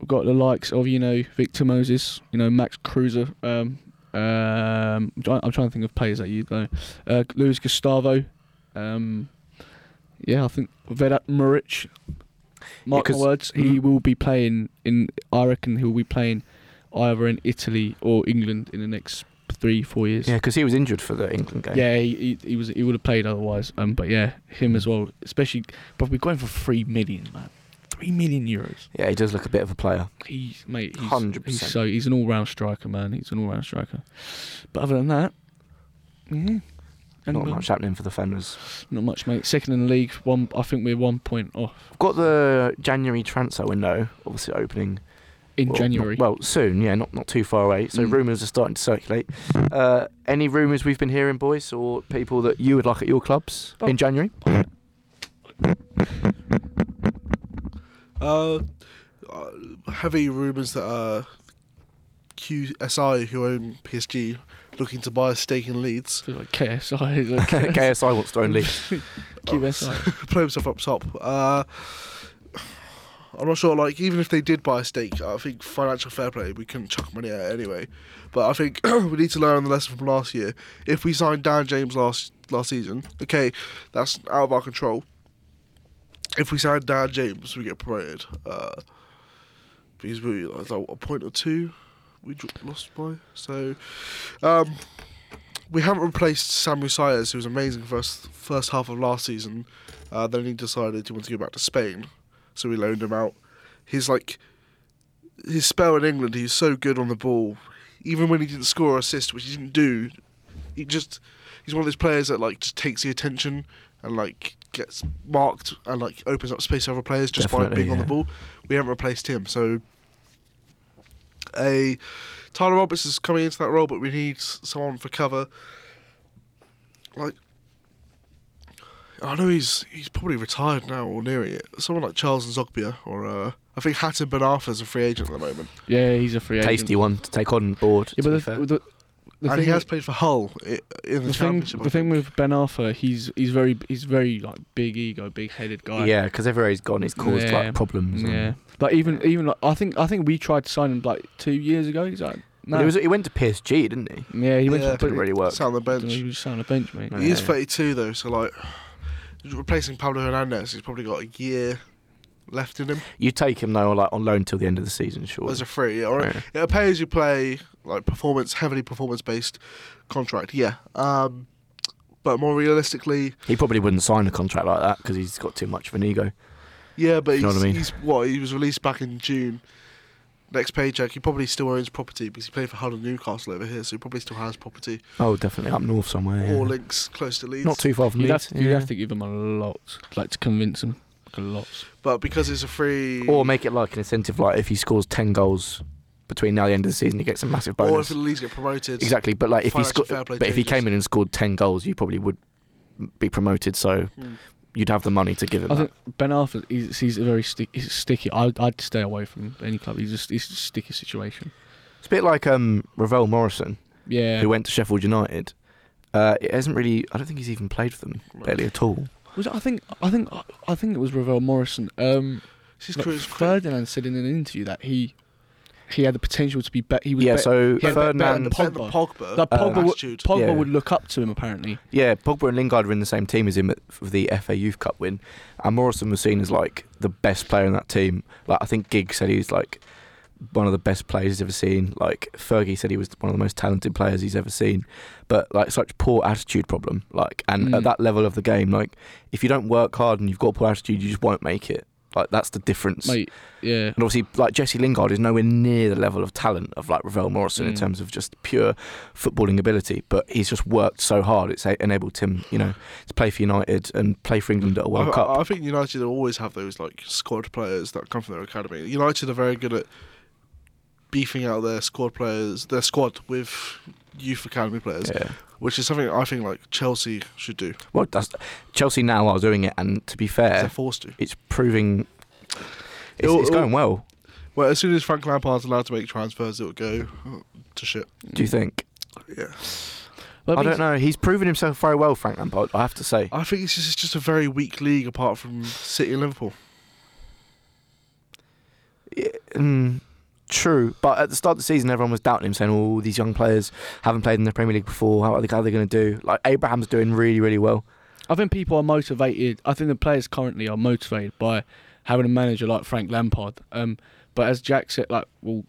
We've got the likes of, you know, Victor Moses, you know, Max Cruiser. Um, um, I'm try- I'm trying to think of players that you know. Uh, Luis Gustavo. Um, yeah, I think Vedat Muric. Mark my
'cause-
words, he
Mhm.
will be playing in. I reckon he'll be playing either in Italy or England in the next three, four years.
Yeah, because he was injured for the England game.
Yeah, he, he, he was he would have played otherwise. Um, but yeah, him as well. Especially, but we're going for three million, man. Three million euros.
Yeah, he does look a bit of a player.
He's mate. He's,
100%.
he's so he's an all-round striker, man. He's an all-round striker. But other than that, yeah,
Not
England,
much happening for the Fenners.
Not much, mate. Second in the league. One. I think we're one point off
I've got the January transfer window, obviously opening
in
well,
January.
not- well, soon, yeah, not not too far away. So
Mm.
rumours are starting to circulate. Uh, any rumours we've been hearing, boys, or people that you would like at your clubs
Oh.
in January?
Uh, uh, heavy rumours that uh, QSI, who own PSG, looking to buy a stake in Leeds,
Feels like KSI. Is like
KSI wants to own Leeds.
QSI.
play himself up top. Uh, I'm not sure. Like, even if they did buy a stake, I think financial fair play we couldn't chuck money at it anyway. But I think we need to learn the lesson from last year. If we signed Dan James last last season, okay, that's out of our control. If we sign Dan James, we get promoted uh, because we like, a point or two we dro- lost by. So um, we haven't replaced Samuel Sayers, who was amazing for us first half of last season. Uh, then he decided he wanted to go back to Spain, so we loaned him out. He's like his spell in England. He was so good on the ball, even when he didn't score or assist, which he didn't do. He just he's one of those players that like just takes the attention and like gets marked and like opens up space to other players just by
Definitely,
being on the
yeah.
ball. We haven't replaced him, so a Tyler Roberts is coming into that role, but we need s- someone for cover. Like, I know he's he's probably retired now or nearing it. Someone like Charles and Zogbia, or uh, I think Hatton Ben Arthur's a free agent at the moment,
Yeah, he's a free agent.
Tasty one to take on board.
Yeah,
to be
but
fair.
the, the, the
and
thing
he has played for Hull i- in the,
the thing,
championship.
the thing with Ben Arthur, he's he's very he's very like big ego, big headed guy.
Yeah, because everywhere he's gone, he's caused
Yeah.
like problems. and-
yeah. Like even even like I think I think we tried to sign him like two years ago. He's like
But
no,
He, was, he went to PSG, didn't he?
yeah, he went
Yeah.
to
Didn't really work.
Sat on the
I dunno,
bench.
he was just on a bench, mate.
No.
He is
Yeah.
32 though, so like replacing Pablo Hernandez, he's probably got a year left in him
You take him though, like on loan till the end of the season, sure.
as a free. Or
Yeah.
It pay as you play, like performance, heavily performance based contract. Yeah, um, but more realistically,
He probably wouldn't sign a contract like that because he's got too much of an ego.
yeah. But
You know
he's,
what I mean?
he's what he was released back in June. Next paycheck, he probably still owns property because he played for Hull and Newcastle over here, so he probably still has property
Oh, definitely up north somewhere. yeah.
or links close to Leeds.
Not too far from
You'd, have
Leeds.
to, you'd
yeah.
have to give him a lot, like to convince him, like a lot.
But because it's a free,
Or make it like an incentive, like if he scores ten goals between now and the end of the season, he gets a massive
or
bonus.
if the Leeds get promoted,
exactly, but like if he
financial
sco-
fair
but
play
if he
changes.
came in and scored ten goals, you probably would be promoted. So
Mm.
you'd have the money to give him.
Hmm. I
that.
think Ben Arthur, he's, he's a very stick, he's sticky. I, I'd stay away from any club. He's just he's a sticky situation.
It's a bit like um, Ravel Morrison,
Yeah.
who went to Sheffield United. Uh, it hasn't really. I don't think he's even played for them
Right.
barely at all.
Was it, I think I think I think it was Ravel Morrison. Um,
His
like,
career's quick.
Ferdinand said in an interview that he he had the potential to be better. He was
yeah.
bet-
so
he had better
better
Ferdinand,
than
and
better than Pogba. Uh,
Like, Pogba would-
attitude.
Pogba
yeah.
would look up to him apparently.
Yeah, Pogba and Lingard were in the same team as him at- for the FA Youth Cup win, and Morrison was seen as like the best player in that team. Like I think Giggs said he was like one of the best players he's ever seen. Like Fergie said he was one of the most talented players he's ever seen. But like such poor attitude problem. Like and
Mm.
at that level of the game, like if you don't work hard and you've got poor attitude, you just won't make it. Like that's the difference.
Mate, yeah.
And obviously, like Jesse Lingard is nowhere near the level of talent of like Ravel Morrison in
Mm.
terms of just pure footballing ability, but he's just worked so hard. It's a- enabled him, you know, to play for United and play for England at a World
I,
Cup.
I think United will always have those like squad players that come from their academy. United are very good at beefing out their squad players, their squad with youth academy players,
yeah.
which is something I think like Chelsea should do. 'cause
Well, that's, Chelsea now are doing it, and to be fair,
They're forced to.
it's proving it's,
It'll-
it's going well.
Well, as soon as Frank Lampard's allowed to make transfers, it'll go uh, to shit.
Do you think?
Yeah,
I don't know. He's proven himself very well, Frank Lampard. I have to say.
I think it's just, it's just a very weak league apart from City and Liverpool.
Yeah, mm, true, but at the start of the season, everyone was doubting him, saying, "All these young players haven't played in the Premier League before. How are they, how are they going to do?" Like Abraham's doing really, really well.
I think people are motivated. I think the players currently are motivated by having a manager like Frank Lampard. Um, but as Jack said, like, well,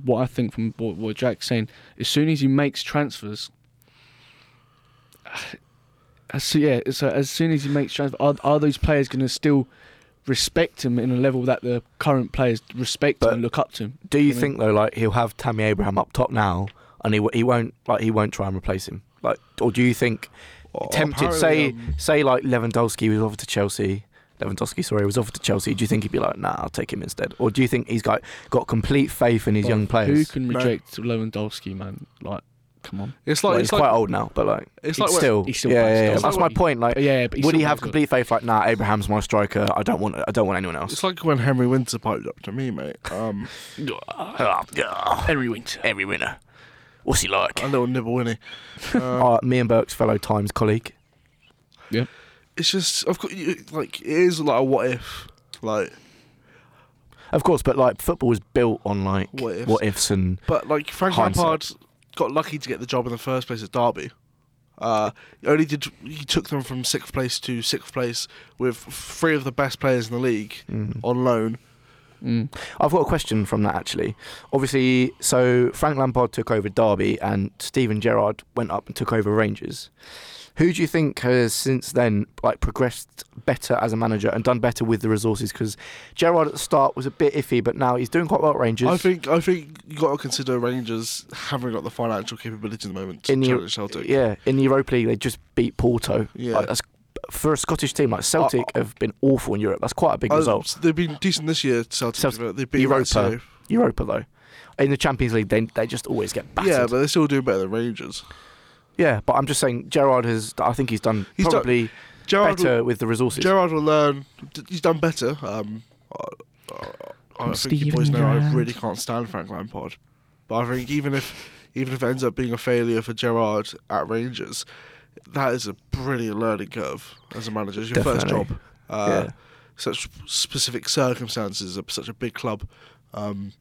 what I think from what, what Jack's saying, as soon as he makes transfers, as yeah, so as soon as he makes transfers, are, are those players going to still respect him in a level that the current players respect him
But-
and look up to him?
Do you
I mean-
think though, like he'll have Tammy Abraham up top now, and he w- he won't like he won't try and replace him? Like, or do you think
Or
tempted?
apparently,
Say
um,
say like Lewandowski was offered to Chelsea. Lewandowski, sorry, was offered to Chelsea. Do you think he'd be like, "Nah, I'll take him instead"? Or do you think he's got got complete faith in his young
Who
players?
can
No.
reject Lewandowski, man? Like, come on.
it's
Like,
like
he's
it's like
quite old now, but like,
it's
it's
like when-
still,
He still
yeah,
plays
yeah, yeah.
goals.
That's my point. Like,
But yeah, but
would he have
still plays well.
complete faith? Like, nah, Abraham's my striker. I don't want. I don't want anyone
it's
else.
like when Henry Winter piped up to me, mate. Um,
Henry Winter?
Ah, Every winner. What's he like?
a little nibble, innit? Um,
Uh, me and Burke's fellow Times colleague.
it's just I've got you like it is like a what if like
Of course, but like football was built on like
What ifs.
what ifs and
But like Frank
Hindsight.
Lampard got lucky to get the job in the first place at Derby. Uh, he only did he took them from sixth place to sixth place with three of the best players in the league on loan.
Mm.
I've got a question from that actually. Obviously, so Frank Lampard took over Derby and Steven Gerrard went up and took over Rangers. Who do you think has since then like progressed better as a manager and done better with the resources? Because Gerrard at the start was a bit iffy, but now he's doing quite well at Rangers.
I think I think you got to consider Rangers haven't got the financial capability at the moment to
in
challenge
the
Celtic.
yeah in the Europa League they just beat Porto.
Yeah. Oh.
Like, that's, for a Scottish team like Celtic have been awful in Europe. That's quite a big
Uh,
result.
they've been decent this year. Celtic,
Celtic-
but they beat
Europa.
Lazio.
Europa though, in the Champions League they they just always get battered.
Yeah, but they're still doing better than Rangers.
Yeah, but I'm just saying Gerard has. I think he's done
He's done-
probably
Gerard,
better with the resources.
Gerard will learn. d- He's done better. Um, I, I, I think you boys know I really can't stand Frank Lampard, but I think even if even if it ends up being a failure for Gerard at Rangers, that is a brilliant learning curve as a manager. It's your first
Definitely.
job. Uh,
Yeah.
Such specific circumstances of such a big club. Um,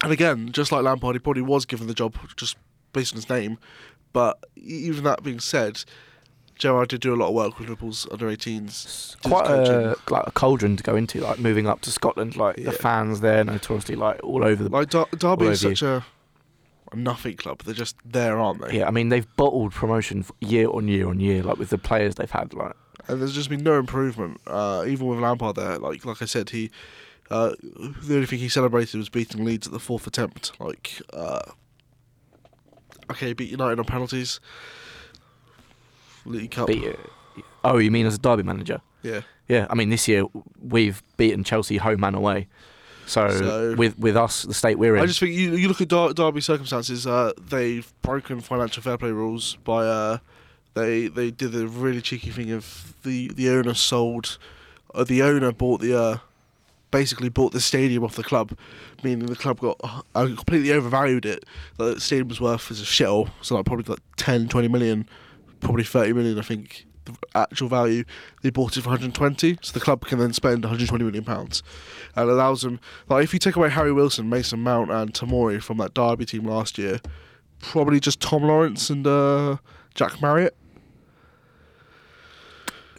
and again, just like Lampard, he probably was given the job just based on his name. But e- even that being said, Gerard did do a lot of work with Liverpool's under 18s. did
Quite a,
coaching.
like a cauldron to go into, like moving up to Scotland. Like
Yeah.
the fans there, notoriously like all over the.
Like Der- Derby
all
is
over you.
such a, a nothing club. They're just there, aren't they?
yeah, I mean they've bottled promotion f- year on year on year, like with the players they've had. Like
And there's just been no improvement. Uh, even with Lampard there, like like I said, he uh, the only thing he celebrated was beating Leeds at the fourth attempt. Like, uh, okay, beat United on penalties. League Cup.
beat. Oh, you mean as a derby manager?
Yeah.
Yeah, I mean this year we've beaten Chelsea home and away. So,
So-
with with us, the state we're in,
I just think you you look at Der- Derby circumstances. Uh, they've broken financial fair play rules by uh, they they did the really cheeky thing of the the owner sold, uh, the owner bought the uh, basically bought the stadium off the club, meaning the club got uh, completely overvalued it. Like, the stadium was worth as a shell, so like probably like 10, 20 million, probably thirty million, I think. The actual value they bought it for 120, so the club can then spend 120 million pounds, and allows them. Like if you take away Harry Wilson, Mason Mount, and Tamori from that Derby team last year, probably just Tom Lawrence and uh, Jack Marriott.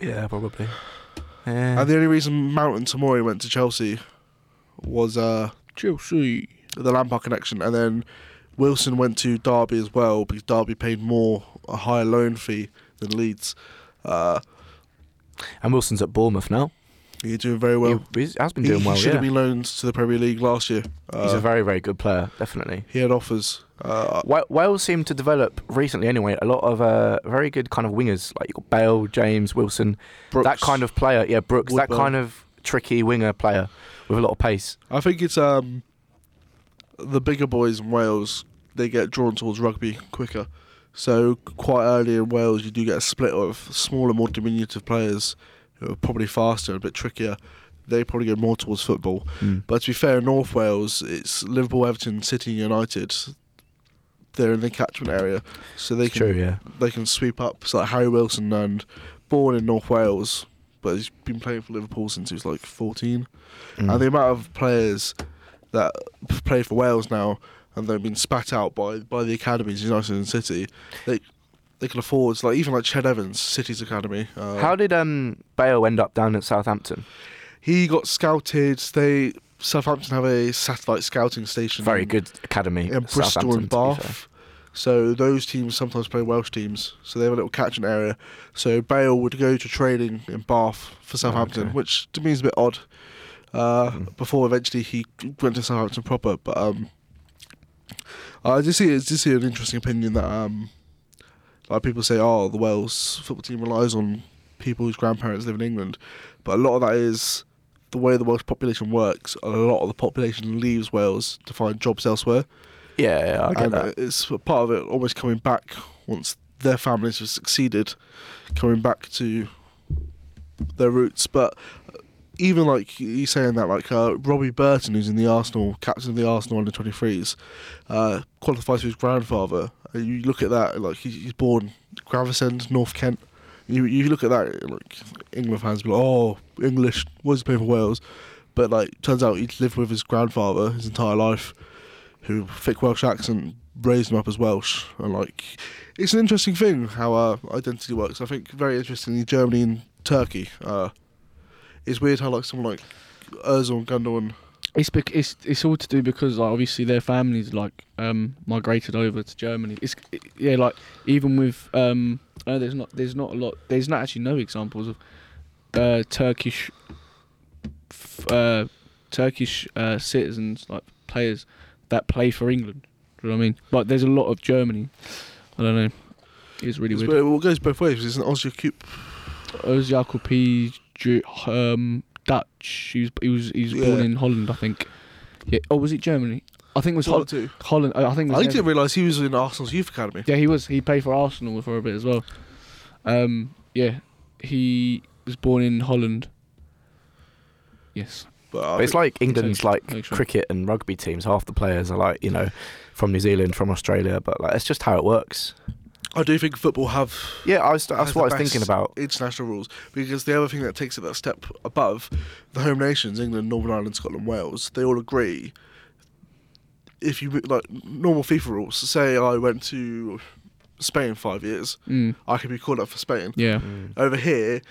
yeah, probably. Yeah.
And the only reason Mount and Tamori went to Chelsea was uh,
Chelsea.
the Lampard connection, and then Wilson went to Derby as well because Derby paid more a higher loan fee than Leeds. Uh,
And Wilson's at Bournemouth now.
he's doing very well.
he, he has been
He,
doing
he
well.
should
yeah.
have been loaned to the Premier League last year. Uh,
He's a very very good player, definitely.
he had offers. Uh,
Wa- Wales seem to develop recently, anyway. A lot of uh, very good kind of wingers, like you got Bale, James, Wilson, that
Brooks.
kind of player. Yeah, Brooks, that
Woodburn.
kind of tricky winger player with a lot of pace.
I think it's um the bigger boys in Wales they get drawn towards rugby quicker. So quite early in Wales you do get a split of smaller, more diminutive players who are probably faster, a bit trickier. They probably go more towards football.
Hmm.
But to be fair, in North Wales it's Liverpool, Everton, City, United. They're in the catchment area, so they
It's
can
true, yeah.
they can sweep up. So like Harry Wilson, and born in North Wales, but he's been playing for Liverpool since he was like 14.
Mm.
And the amount of players that play for Wales now and they've been spat out by, by the academies in United and City, they they can afford like even like Ched Evans, City's academy. Uh,
How did um, Bale end up down at Southampton?
he got scouted. They Southampton have a satellite scouting station.
Very
in-
good academy.
in
at
Bristol
Southampton,
and
to be fair.
Bath. So those teams sometimes play Welsh teams, so they have a little catchment area. So Bale would go to training in Bath for Southampton,
Oh, okay. Hmm.
which to me is a bit odd. Uh, Before eventually he went to Southampton proper, but um, I just see it's just see an interesting opinion that um, like people say, oh, the Wales football team relies on people whose grandparents live in England, but a lot of that is the way the Welsh population works. A lot of the population leaves Wales to find jobs elsewhere
Yeah, yeah, I get
and uh,
that.
it's part of it always coming back once their families have succeeded, coming back to their roots. But even like you saying that, like uh, Robbie Burton, who's in the Arsenal, captain of the Arsenal under 23s, uh, qualifies with his grandfather. And you look at that, like he- he's born Gravesend, North Kent. You you look at that, like England fans be like, oh, English, why is he playing for Wales? But like, turns out he'd lived with his grandfather his entire life, who thick Welsh accent raised him up as Welsh, and like, it's an interesting thing how uh, identity works. I think very interestingly, Germany and Turkey. Uh, it's weird how like someone like Özil and Gundogan.
It's bec- it's it's all to do because like obviously their families like um migrated over to Germany. It's it- yeah like even with um uh, there's not there's not a lot there's not actually no examples of uh Turkish f- uh Turkish uh citizens like players that play for England. Do you know what I mean? Like there's a lot of Germany. I don't know. It's really
It's
weird.
weird. Well, it goes both ways. 'cause It's an Oscar Cup.
Özyakupi um Dutch. He was he was, he was born
Yeah.
in Holland, I think. Yeah. Oh, was it Germany? I think it was
One or
Holland.
two.
Holland. I I think. It
I
was
didn't realise he was in Arsenal's youth academy.
yeah, he was. He played for Arsenal for a bit as well. Um. Yeah. He was born in Holland. Yes.
But, uh, I
But it's
think-
like England's like
Make sure.
cricket and rugby teams. Half the players are like you know from New Zealand, from Australia, but like it's just how it works.
I do think football have
Yeah, I was,
has
that's
the
what I was thinking
best
about.
international rules because the other thing that takes it that step above the home nations England Northern Ireland Scotland Wales they all agree if you like normal FIFA rules say I went to Spain five years
Mm.
I could be called up for Spain
Yeah.
over here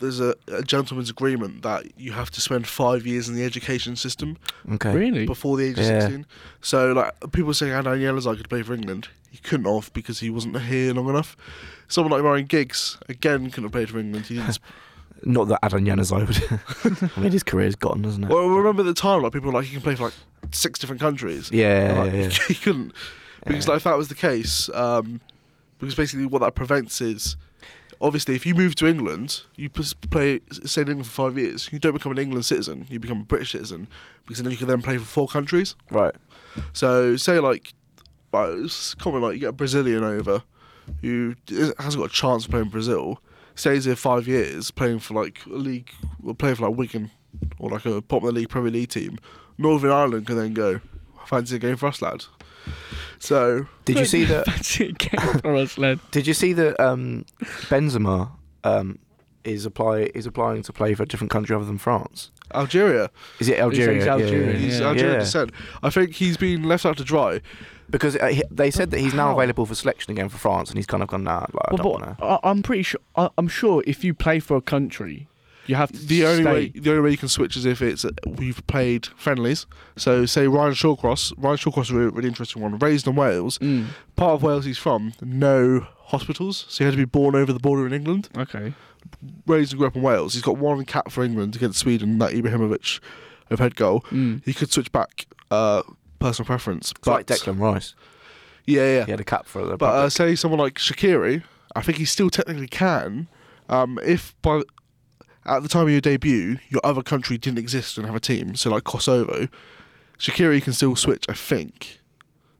there's a, a gentleman's agreement that you have to spend five years in the education system
Okay.
Really?
before the age of
Yeah.
16 so like people saying how Daniel Lazar could play for England he couldn't have because he wasn't here long enough someone like Ryan Giggs again couldn't have played for England he didn't
Not that Adam Yanazai would. I mean, his career's gone, isn't it?
Well, I remember at the time, like people were like, he can play for like six different countries. And,
yeah,
like,
yeah, yeah.
he couldn't because like if that was the case, um, because basically what that prevents is obviously if you move to England, you pus- play stay in England for five years, you don't become an England citizen, you become a British citizen because then you can then play for four countries.
Right.
So say like, well, it's common like you get a Brazilian over who is- hasn't got a chance of playing Brazil, stays here five years playing for like a league, or playing for like Wigan or like a bottom of the league Premier League team. Northern Ireland can then go fancy a game for us, lad. So
Did you see that?
That's it. Game for us, lad.
Did you see that? Um, Benzema um, is apply is applying to play for a different country other than France.
Algeria,
Is it Algeria?
He's Algerian,
he's
Yeah.
Algerian
Yeah.
descent. I think he's been left out to dry.
Because uh, he, they said that he's now
how?
available for selection again for France, and he's kind of gone, nah, like, I don't
Well,
want to.
but I, I'm pretty sure. I, I'm sure if you play for a country, you have to.
The only
stay.
way the only way you can switch is if it's we've played friendlies. So say Ryan Shawcross, Ryan Shawcross is a really, really interesting one. Raised in Wales,
Mm.
part of Wales he's from, no hospitals, so he had to be born over the border in England.
Okay.
Raised and grew up in Wales. He's got one cap for England against Sweden, that Ibrahimovic of head goal.
Mm.
He could switch back uh, personal preference.
It's like Declan Rice.
Yeah, yeah.
He had a cap for the.
But uh, say someone like Shakiri, I think he still technically can. Um, if by at the time of your debut, your other country didn't exist and have a team, so like Kosovo, Shakiri can still switch, I think,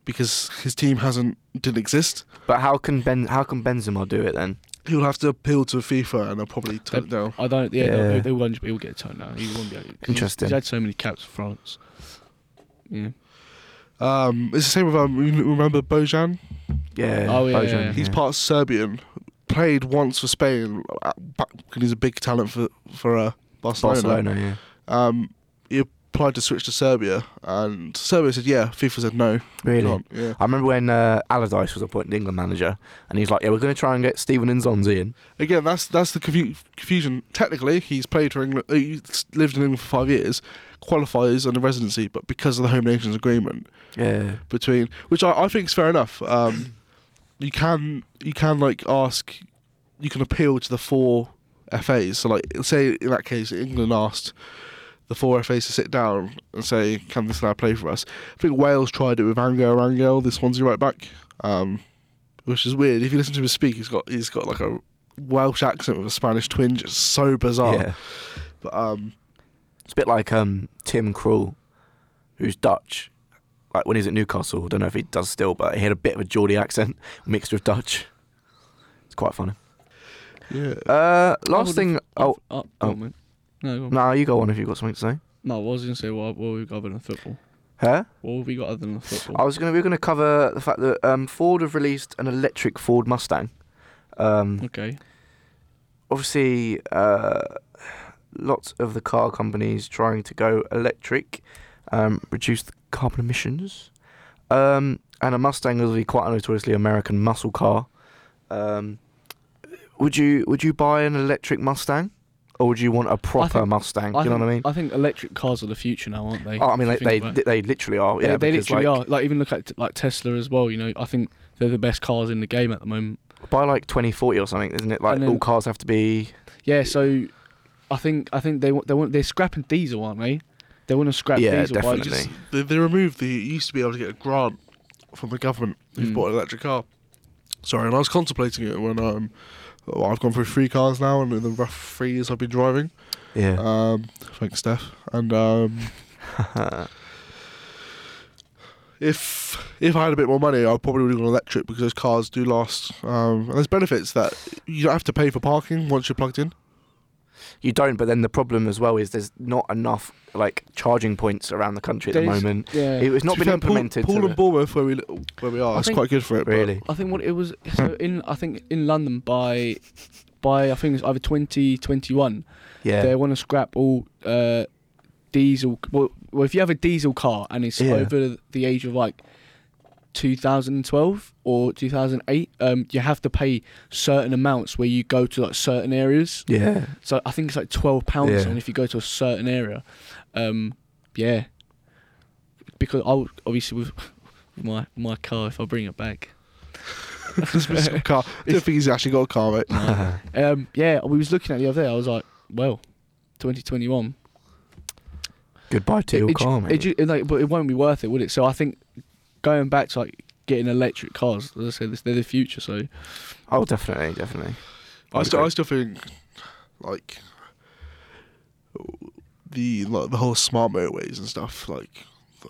because his team hasn't didn't exist.
but how can Ben? How can Benzema do it then?
He'll have to appeal to FIFA and they'll probably turn
They-
it down.
I don't. Yeah,
Yeah.
They, they won't. He'll get a turn now. He won't be able. 'cause he's-
Interesting.
He's, had so many caps for France. Yeah.
Um, it's the same with um, you remember Bojan?
Yeah.
Oh, yeah,
Bojan,
yeah, yeah.
He's part Serbian, played once for Spain. uh, back- He's a big talent for for uh,
Barcelona. Yeah.
um, he applied to switch to Serbia, and Serbia said, "Yeah." FIFA said, "No."
Really.
Can't. Yeah.
I remember when uh, Allardyce was appointed England manager, and he's like, "Yeah, we're going to try and get Steven Nzonzi in."
Again, that's that's the confu- confusion. Technically, he's played for England. He's lived in England for five years, qualifies under residency, but because of the home nations agreement
Yeah.
between, which I, I think is fair enough. Um, you can you can like ask, you can appeal to the four FAs. So like, say in that case, England asked. The four FAs to sit down and say, "Can this lad play for us?" I think Wales tried it with Angel Rangel, the Swansea right back. um, which is weird. If you listen to him speak, he's got he's got like a Welsh accent with a Spanish twinge. It's so bizarre.
Yeah.
But um,
It's a bit like um, Tim Krul, who's Dutch. Like when he's at Newcastle, I don't know if he does still, but he had a bit of a Geordie accent mixed with Dutch. It's quite funny.
yeah,
Uh,
I
last
would've-
thing.
I've-
Oh,
oh,
oh.
oh. man. No, go on.
no, you go on if you've got something to say.
no. I was gonna say what, what we got other than football.
Huh?
What have we got other than
I
football?
was gonna. We were gonna cover the fact that um, Ford have released an electric Ford Mustang. Um,
okay.
obviously, uh, lots of the car companies trying to go electric, um, reduce the carbon emissions. Um, and a Mustang is really quite a notoriously American muscle car. Um, would you would you buy an electric Mustang, or would you want a proper
think-
Mustang? Do
I
you know
think,
what I mean?
I think electric cars are the future now, aren't they?
Oh, I mean, like,
If you
they
think about it.
they literally are. Yeah,
they, they
because,
literally
like,
are. Like even look at like Tesla as well. You know, I think they're the best cars in the game at the moment.
by like 2040 or something, isn't it? Like
And then-
all cars have to be.
Yeah, so I think I think they want they want they're scrapping diesel, aren't they? They want to scrap
Yeah,
diesel. by
They
definitely.
just-
just- they, they removed the. You used to be able to get a grant from the government if
Hmm.
Mm.
you bought an electric car. Sorry, and I was contemplating it when um, well, I've gone through three cars now, and in the rough three years I've been driving.
Yeah.
Um, thanks, Steph. And um, if if I had a bit more money, I probably would have gone electric because those cars do last. Um, and there's benefits that you don't have to pay for parking once you're plugged in.
you don't, but then the problem as well is there's not enough like charging points around the country at the
There's-
moment.
yeah.
It, it's not
To be
been
fair, Paul-
implemented.
Paul,
to
and
it,
Bournemouth, where we li- where we are,
I
it's
think-
quite good for it. but-
really.
I think what it was so in I think in London by by I think it's either twenty twenty one they
Yeah.
want to scrap all uh, diesel. Well, well, if you have a diesel car and it's
Yeah.
over the age of like 2012 or 2008, um, you have to pay certain amounts where you go to like certain areas.
Yeah.
So I think it's like 12 pounds
Yeah.
on if you go to a certain area. Um, yeah, because I would- obviously with my my car, if I bring it back,
It's just a car. I don't think he's actually got a car, mate.
Um, yeah, we was looking at the other day. I was like, well, 2021.
Goodbye to your
it,
car,
ju-
mate.
it ju- it like, but it won't be worth it, would it? So I think going back to like getting electric cars, as I said, this- they're the future. So
oh, definitely, definitely.
I
I'd
still, I
agree.
still think like the like the whole smart motorways and stuff like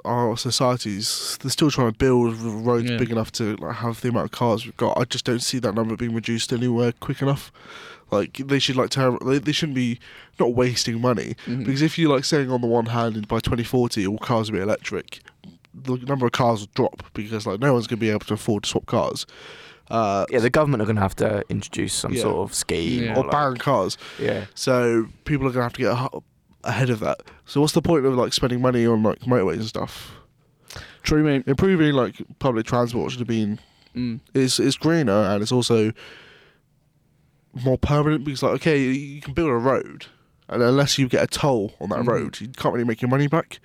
our societies they're still trying to build r- roads
Yeah.
big enough to like, have the amount of cars we've got. I just don't see that number being reduced anywhere quick enough. Like they should like ter- they, they shouldn't be not wasting money
Mm-hmm.
Mhm.
because if you like saying on the one hand by 2040 all cars will be electric, the number of cars will drop because like no one's gonna be able to afford to swap cars. Uh,
Yeah, the government are going to have to introduce some
Yeah.
sort of scheme
Yeah.
or
like-
ban cars.
Yeah.
So people are gonna have to get aho- ahead of that. So what's the point of like spending money on like motorways and stuff?
true, mate.
Improving like public transport should have been
Mm.
is is greener and it's also more permanent because like okay you can build a road and unless you get a toll on that
Mhm.
road you can't really make your money back.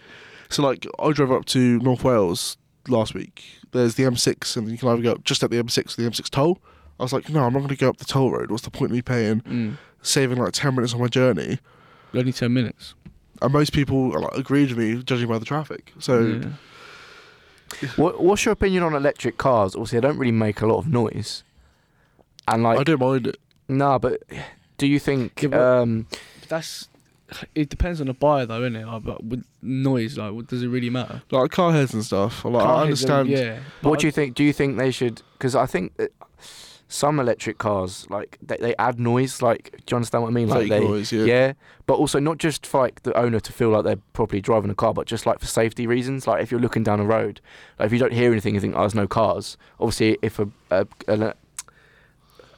So like I drove up to North Wales last week. There's the M6 and you can either go up just at the M6 or the M6 toll. I was like, no, I'm not going to go up the toll road. What's the point of me paying,
Mm.
saving like 10 minutes on my journey
Only ten minutes.
and most people like, agreed with me judging by the traffic. So
Yeah.
What, what's your opinion on electric cars? Obviously, they don't really make a lot of noise. And like,
I don't mind it.
No, but do you think?
Yeah, but-
um,
But that's. It depends on the buyer, though, isn't it? Like, but with noise, like, what does it really matter?
Like car heads and stuff. Like
Car
I
heads are-
understand.
Yeah.
what do you think? Do you think they should? Because I think that some electric cars, like they, they add noise. Like, do you understand what I mean? Like
fake
they,
noise, yeah.
yeah. But also not just for like the owner to feel like they're properly driving a car, but just like for safety reasons. Like if you're looking down a road, like if you don't hear anything, you think, "Oh, there's no cars." Obviously, if a a, a, le-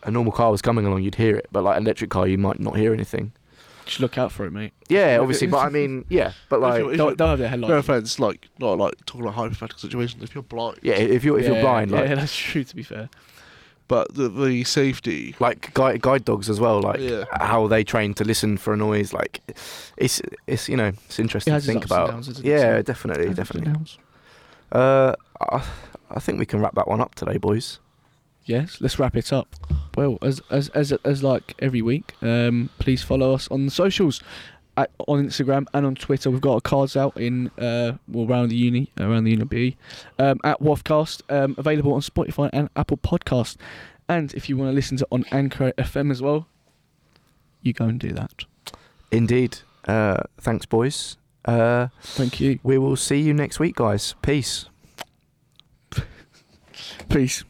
a normal car was coming along, you'd hear it, but like an electric car, you might not hear anything.
Just look out for it, mate.
Yeah, obviously, but I mean, yeah, but
If
like,
you're- if
Don't,
you're-
don't have their headlights.
no offense, like not like talking about hypothetical situations. If you're blind,
yeah, if you're if
Yeah,
you're blind, like
yeah, that's true. To be fair,
but the, the safety.
like guide, guide dogs as well like
Yeah.
how they train to listen for a noise like it's it's you know it's interesting
It
to
has its
think
ups and
about
downs, doesn't it?
yeah
So-
definitely definitely
Downs.
uh I, I think we can wrap that one up today boys
yes let's wrap it up well as as as, as like every week um please follow us on the socials at, on instagram and on twitter we've got our cards out in uh well around the uni around the uni B, um at wafcast um available on spotify and apple podcast and if you want to listen to on anchor fm as well you go and do that
indeed uh thanks boys uh
thank you
we will see you next week guys peace
peace